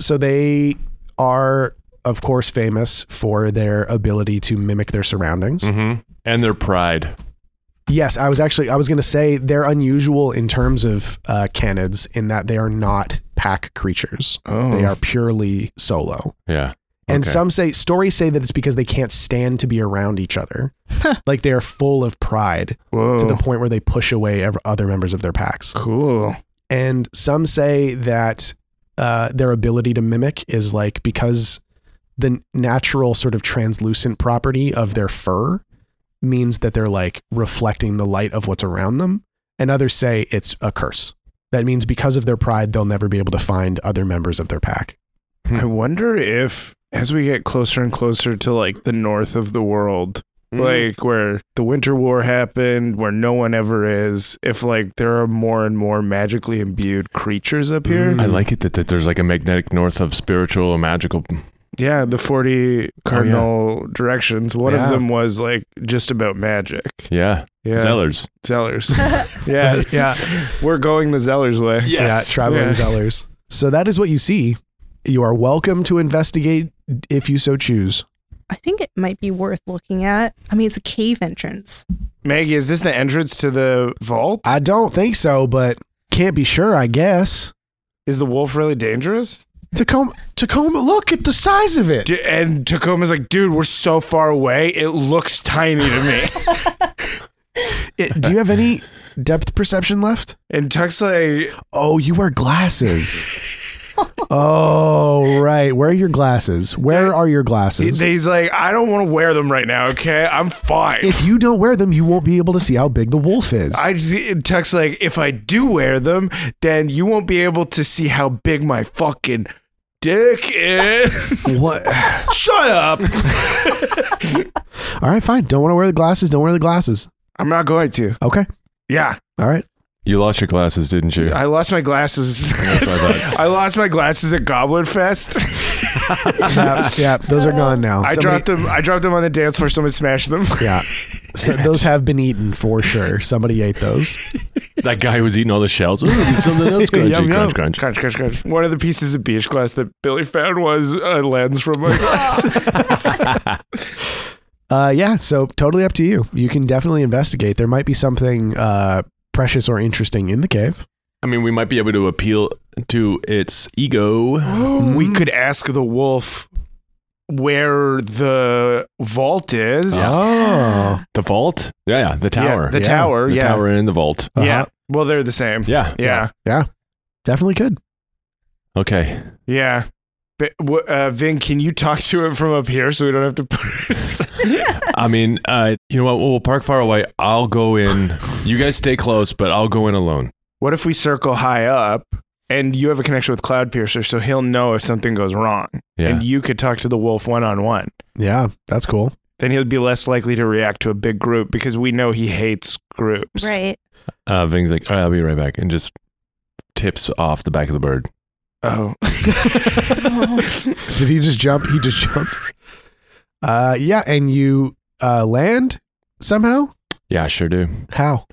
Speaker 3: So they are, of course, famous for their ability to mimic their surroundings.
Speaker 4: Mm-hmm. And their pride.
Speaker 3: Yes, I was actually I was going to say they're unusual in terms of uh, canids in that they are not pack creatures.
Speaker 6: Oh.
Speaker 3: They are purely solo.
Speaker 4: Yeah.
Speaker 3: And
Speaker 4: Okay.
Speaker 3: some say stories say that it's because they can't stand to be around each other. like they are full of pride
Speaker 6: Whoa.
Speaker 3: to the point where they push away ev- other members of their packs.
Speaker 6: cool.
Speaker 3: and some say that uh, their ability to mimic is like because the n- natural sort of translucent property of their fur means that they're like reflecting the light of what's around them and others say it's a curse that means because of their pride they'll never be able to find other members of their pack
Speaker 6: I wonder if as we get closer and closer to like the north of the world,
Speaker 3: Mm-hmm.
Speaker 6: like where the Winter War happened, where no one ever is. If like there are more and more magically imbued creatures up here,
Speaker 3: Mm.
Speaker 4: I like it that, that there's like a magnetic north of spiritual or magical.
Speaker 6: yeah, the forty cardinal directions. One
Speaker 3: Oh, Yeah.
Speaker 6: of them was like just about magic.
Speaker 4: Yeah.
Speaker 6: Yeah,
Speaker 4: Zellers.
Speaker 6: Zellers. yeah, yeah, we're going the Zellers way.
Speaker 3: Yeah, traveling
Speaker 6: Yeah.
Speaker 3: zellers. So that is what you see. You are welcome to investigate if you so choose.
Speaker 5: I think it might be worth looking at. I mean, it's a cave entrance.
Speaker 6: Maggie, is this the entrance to the vault?
Speaker 3: I don't think so, but can't be sure, I guess.
Speaker 6: is the wolf really dangerous?
Speaker 3: Tacoma, Tacoma, look at the size of it.
Speaker 6: D- and Tacoma's like, dude, we're so far away. It looks tiny to me.
Speaker 3: It- do you have any depth perception left?
Speaker 6: and Tuck's like,
Speaker 3: Oh, you wear glasses. oh, right. Where are your glasses? Where are your glasses?
Speaker 6: he's like, I don't want to wear them right now. Okay, I'm fine.
Speaker 3: if you don't wear them, you won't be able to see how big the wolf is.
Speaker 6: I just and Tuck's like, if I do wear them, then you won't be able to see how big my fucking dick is.
Speaker 3: what?
Speaker 6: Shut up.
Speaker 3: All right, fine. Don't want to wear the glasses. Don't wear the glasses.
Speaker 6: I'm not going to.
Speaker 3: Okay.
Speaker 6: Yeah,
Speaker 3: All right.
Speaker 4: You lost your glasses, didn't you?
Speaker 6: I lost my glasses.
Speaker 4: That's what I thought.
Speaker 6: I lost my glasses at Goblin Fest.
Speaker 3: yeah, yeah, those are gone now.
Speaker 6: I
Speaker 3: Somebody-
Speaker 6: dropped them. I dropped them on the dance floor. Someone smashed them.
Speaker 3: Yeah. So those have been eaten for sure. Somebody ate those.
Speaker 4: that guy who was eating all the shells. Ooh, there's something else crunchy.
Speaker 6: Yum, yum.
Speaker 4: crunch, crunch.
Speaker 6: Crunch, crunch, crunch. One of the pieces of beach glass that Billy found was a lens from my glass.
Speaker 3: Uh, yeah. So totally up to you. You can definitely investigate. There might be something uh, precious or interesting in the cave.
Speaker 4: I mean, we might be able to appeal to its ego.
Speaker 6: we could ask the wolf where the vault is.
Speaker 3: Oh.
Speaker 4: The vault? Yeah, yeah. The
Speaker 6: Yeah,
Speaker 4: tower.
Speaker 6: the
Speaker 4: Yeah.
Speaker 6: tower.
Speaker 4: The
Speaker 6: yeah.
Speaker 4: tower and the vault.
Speaker 6: Yeah.
Speaker 3: Uh-huh.
Speaker 6: Well, they're the same.
Speaker 4: Yeah.
Speaker 6: Yeah.
Speaker 3: Definitely could.
Speaker 4: Okay.
Speaker 6: Yeah. But, wh- uh, Vin, can you talk to it from up here so we don't have to put
Speaker 4: I mean, uh, you know what? We'll park far away. I'll go in. You guys stay close, but I'll go in alone.
Speaker 6: What if we circle high up and you have a connection with Cloudpiercer so he'll know if something goes wrong?
Speaker 4: Yeah.
Speaker 6: And you could talk to the wolf one on one.
Speaker 3: Yeah. That's cool.
Speaker 6: Then he'll be less likely to react to a big group because we know he hates groups.
Speaker 5: Right.
Speaker 4: Uh, Ving's like, all right, I'll be right back, and just tips off the back of the bird.
Speaker 6: Oh.
Speaker 3: Did he just jump? He just jumped. Uh, yeah. And you uh, land somehow?
Speaker 4: Yeah, I sure do.
Speaker 3: How?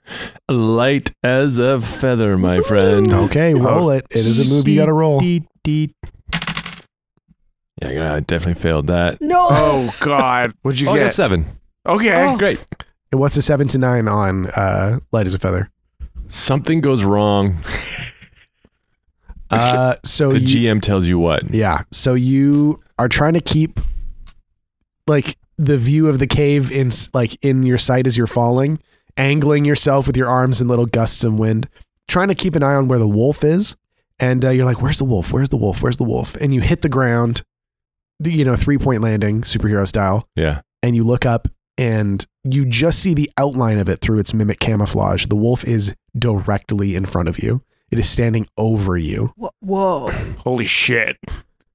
Speaker 4: Light as a feather, my friend.
Speaker 3: Okay. Roll it. It is a move you got to roll.
Speaker 4: Deet, deet. Yeah, I definitely failed that.
Speaker 5: No.
Speaker 6: Oh God. What'd you
Speaker 4: Oh, I got
Speaker 6: get? Eh.
Speaker 4: seven. Oh,
Speaker 6: Okay.
Speaker 3: Oh.
Speaker 4: Great.
Speaker 3: And What's a seven to nine on uh, light as a feather?
Speaker 4: Something goes wrong.
Speaker 3: Uh,
Speaker 6: Oh,
Speaker 3: so
Speaker 4: The
Speaker 3: you,
Speaker 4: GM tells you what.
Speaker 3: Yeah. So you are trying to keep like the view of the cave in like in your sight as you're falling, angling yourself with your arms in little gusts of wind, trying to keep an eye on where the wolf is. And uh, you're like, "Where's the wolf? Where's the wolf? Where's the wolf?" And you hit the ground, you know, three point landing, superhero style.
Speaker 4: Yeah.
Speaker 3: And you look up, and you just see the outline of it through its mimic camouflage. The wolf is directly in front of you. It is standing over you.
Speaker 5: Whoa.
Speaker 6: Holy shit.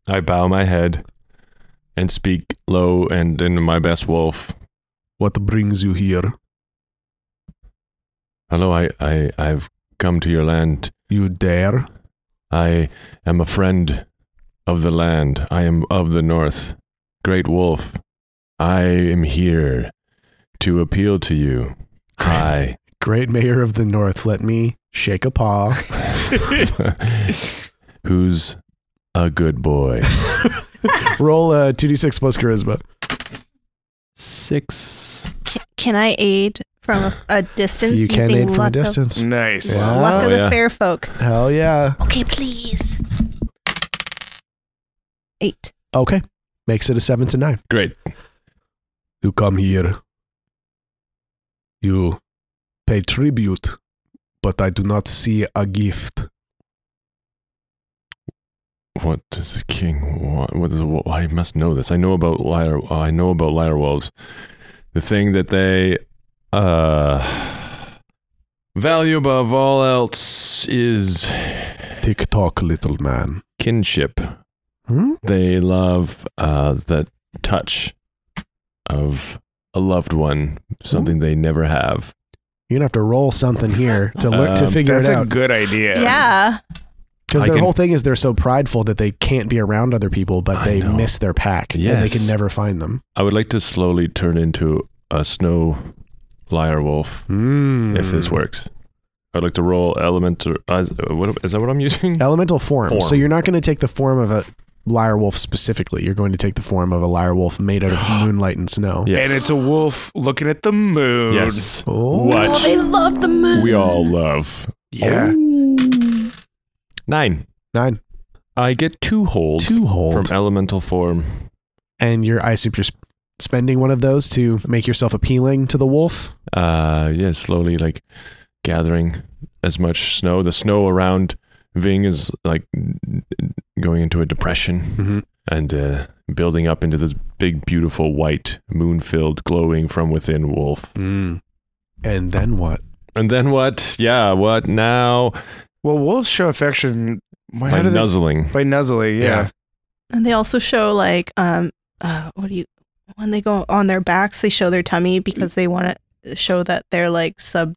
Speaker 4: I bow my head and speak low and in my best wolf.
Speaker 3: What brings you here?
Speaker 4: Hello, I, I, I've come to your land.
Speaker 3: You dare?
Speaker 4: I am a friend of the land. I am of the north. Great wolf, I am here to appeal to you. Hi.
Speaker 3: Great mayor of the north, let me shake a paw.
Speaker 4: Who's a good boy?
Speaker 3: Roll a 2d6 plus charisma.
Speaker 4: Six.
Speaker 5: Can, can I aid from a, a distance
Speaker 3: You can
Speaker 5: using
Speaker 3: aid from
Speaker 5: luck
Speaker 3: a distance.
Speaker 6: Nice.
Speaker 5: Of,
Speaker 3: Yeah.
Speaker 5: luck
Speaker 4: Oh,
Speaker 5: of the
Speaker 4: yeah.
Speaker 5: fair folk.
Speaker 3: Hell yeah.
Speaker 5: Okay, please. Eight.
Speaker 3: Okay. Makes it a 7 to 9.
Speaker 4: Great.
Speaker 3: You come here. You pay tribute, but I do not see a gift.
Speaker 4: What does the king want? What does the, wo- I must know this. I know about liar. I know about liar wolves. The thing that they uh, value above all else is
Speaker 3: Tick tock, little man.
Speaker 4: kinship.
Speaker 3: Hmm?
Speaker 4: They love uh, the touch of a loved one something they never have.
Speaker 3: You're gonna have to roll something here to look to
Speaker 4: Um,
Speaker 3: figure it
Speaker 6: That's a
Speaker 3: out.
Speaker 6: good idea.
Speaker 5: Yeah.
Speaker 3: Because
Speaker 4: I
Speaker 3: their
Speaker 4: can-
Speaker 3: whole thing is they're so prideful that they can't be around other people, but
Speaker 4: I
Speaker 3: they
Speaker 4: know.
Speaker 3: miss their pack and they
Speaker 4: Yes.
Speaker 3: can never find them.
Speaker 4: I would like to slowly turn into a snow liar wolf
Speaker 3: Mm.
Speaker 4: if this works. I'd like to roll element. Uh, what, is that what I'm using?
Speaker 3: elemental form.
Speaker 4: Form.
Speaker 3: So you're not going to take the form of a lyre wolf specifically. You're going to take the form of a lyre wolf made out of moonlight and snow.
Speaker 4: Yes.
Speaker 6: And it's a wolf looking at the moon.
Speaker 4: yes.
Speaker 3: Oh.
Speaker 5: Oh,
Speaker 4: What
Speaker 5: they love the moon.
Speaker 4: we all love.
Speaker 6: Yeah.
Speaker 4: Nine.
Speaker 3: Nine.
Speaker 4: I get two hold
Speaker 3: Two hold.
Speaker 4: from elemental form.
Speaker 3: and you're, I assume you're sp- spending one of those to make yourself appealing to the wolf.
Speaker 4: uh yeah slowly like gathering as much snow the snow around ving is like going into a depression
Speaker 3: Mm-hmm.
Speaker 4: and uh building up into this big beautiful white moon filled glowing from within wolf
Speaker 3: Mm. And then what?
Speaker 4: and then what yeah what now
Speaker 6: Well, wolves show affection. Why,
Speaker 4: my
Speaker 6: how do they-
Speaker 4: nuzzling
Speaker 6: by nuzzling, yeah.
Speaker 3: Yeah.
Speaker 5: And they also show like um uh what do you when they go on their backs they show their tummy because they want to show that they're like sub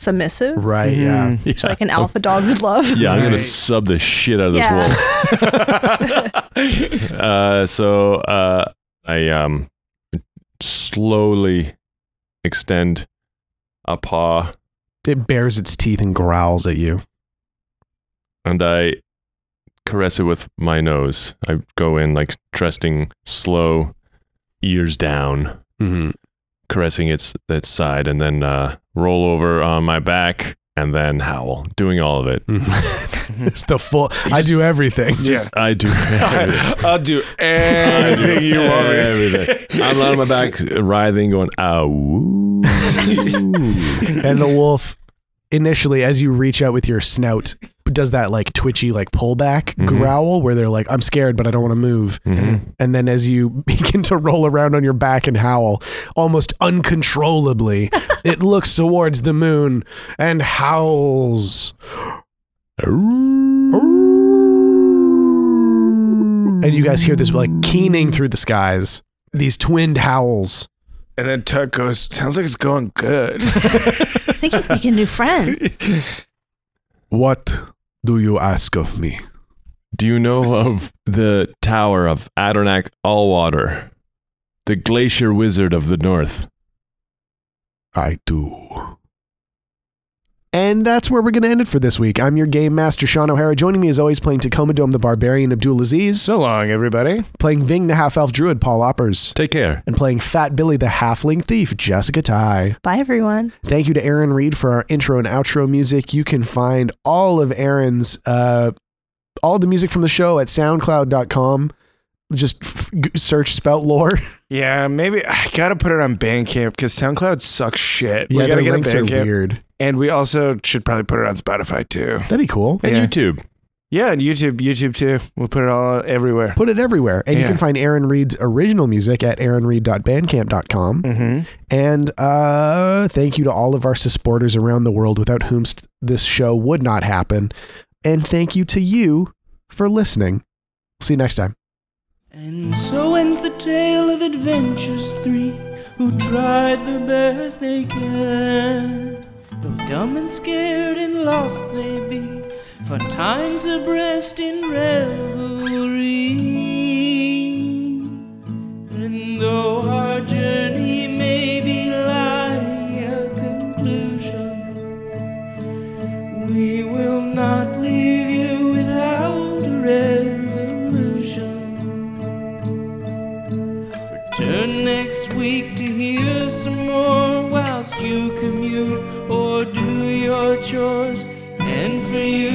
Speaker 5: submissive.
Speaker 3: Right. Yeah.
Speaker 6: Mhm.
Speaker 4: yeah.
Speaker 5: So like an alpha dog would love.
Speaker 4: yeah i'm gonna
Speaker 6: Right.
Speaker 4: sub the shit out of this
Speaker 5: Yeah.
Speaker 4: wolf uh, so uh, I um, slowly extend a paw
Speaker 3: It bares its teeth and growls at you.
Speaker 4: and I caress it with my nose. I go in like trusting slow, ears down,
Speaker 3: Mm-hmm.
Speaker 4: caressing its its side, and then uh, roll over on my back and then howl, doing all of
Speaker 6: Hmm.
Speaker 4: it.
Speaker 3: it's the full. I do everything.
Speaker 6: Yeah.
Speaker 4: I do.
Speaker 6: I'll do anything you want me to.
Speaker 4: Everything. I'm on my back, writhing, going, ah, woo.
Speaker 3: and the wolf initially as you reach out with your snout does that like twitchy like pullback
Speaker 4: Mhm.
Speaker 3: growl where they're like i'm scared but i don't want to move
Speaker 4: Mhm.
Speaker 3: and then as you begin to roll around on your back and howl almost uncontrollably it looks towards the moon and howls and you guys hear this like keening through the skies these twinned howls
Speaker 6: And then Tug goes, sounds like it's going good.
Speaker 5: I think he's making new friends.
Speaker 3: what do you ask of me
Speaker 4: Do you know of the tower of Adarnak Allwater, the glacier wizard of the north?
Speaker 3: I do. And that's where we're going to end it for this week. I'm your game master, Sean O'Hara. Joining me as always, playing Tacoma Dome the Barbarian, Abdul Aziz,
Speaker 6: so long, everybody.
Speaker 3: playing Ving the Half Elf Druid, Paul Oppers,
Speaker 4: Take care.
Speaker 3: and playing Fat Billy the Halfling Thief, Jessica Ty.
Speaker 5: Bye everyone.
Speaker 3: Thank you to Aaron Reed for our intro and outro music. You can find all of Aaron's, uh, all the music from the show at soundcloud.com. Just f- g- search Spelt Lore.
Speaker 6: Yeah, maybe I gotta put it on Bandcamp because SoundCloud sucks shit. we
Speaker 3: their
Speaker 6: gotta get a
Speaker 3: links are
Speaker 6: Bandcamp,
Speaker 3: weird.
Speaker 6: and we also should probably put it on Spotify too.
Speaker 3: That'd be cool.
Speaker 4: And
Speaker 6: Yeah.
Speaker 4: YouTube.
Speaker 6: Yeah, and YouTube, YouTube too. We'll put it all everywhere.
Speaker 3: Put it everywhere. And you
Speaker 6: Yeah.
Speaker 3: can find Aaron Reed's original music at aaronreed.bandcamp.com.
Speaker 6: Mm-hmm.
Speaker 3: And uh, thank you to all of our supporters around the world without whom st- this show would not happen. And thank you to you for listening. See you next time.
Speaker 2: And so ends the tale of adventures three who tried the best they can. Though dumb and scared and lost they be, for time's abreast in revelry. And though our journey may be lie a conclusion, we will not leave you without a resolution. Return next week to hear some more whilst you commute or do your chores. And for you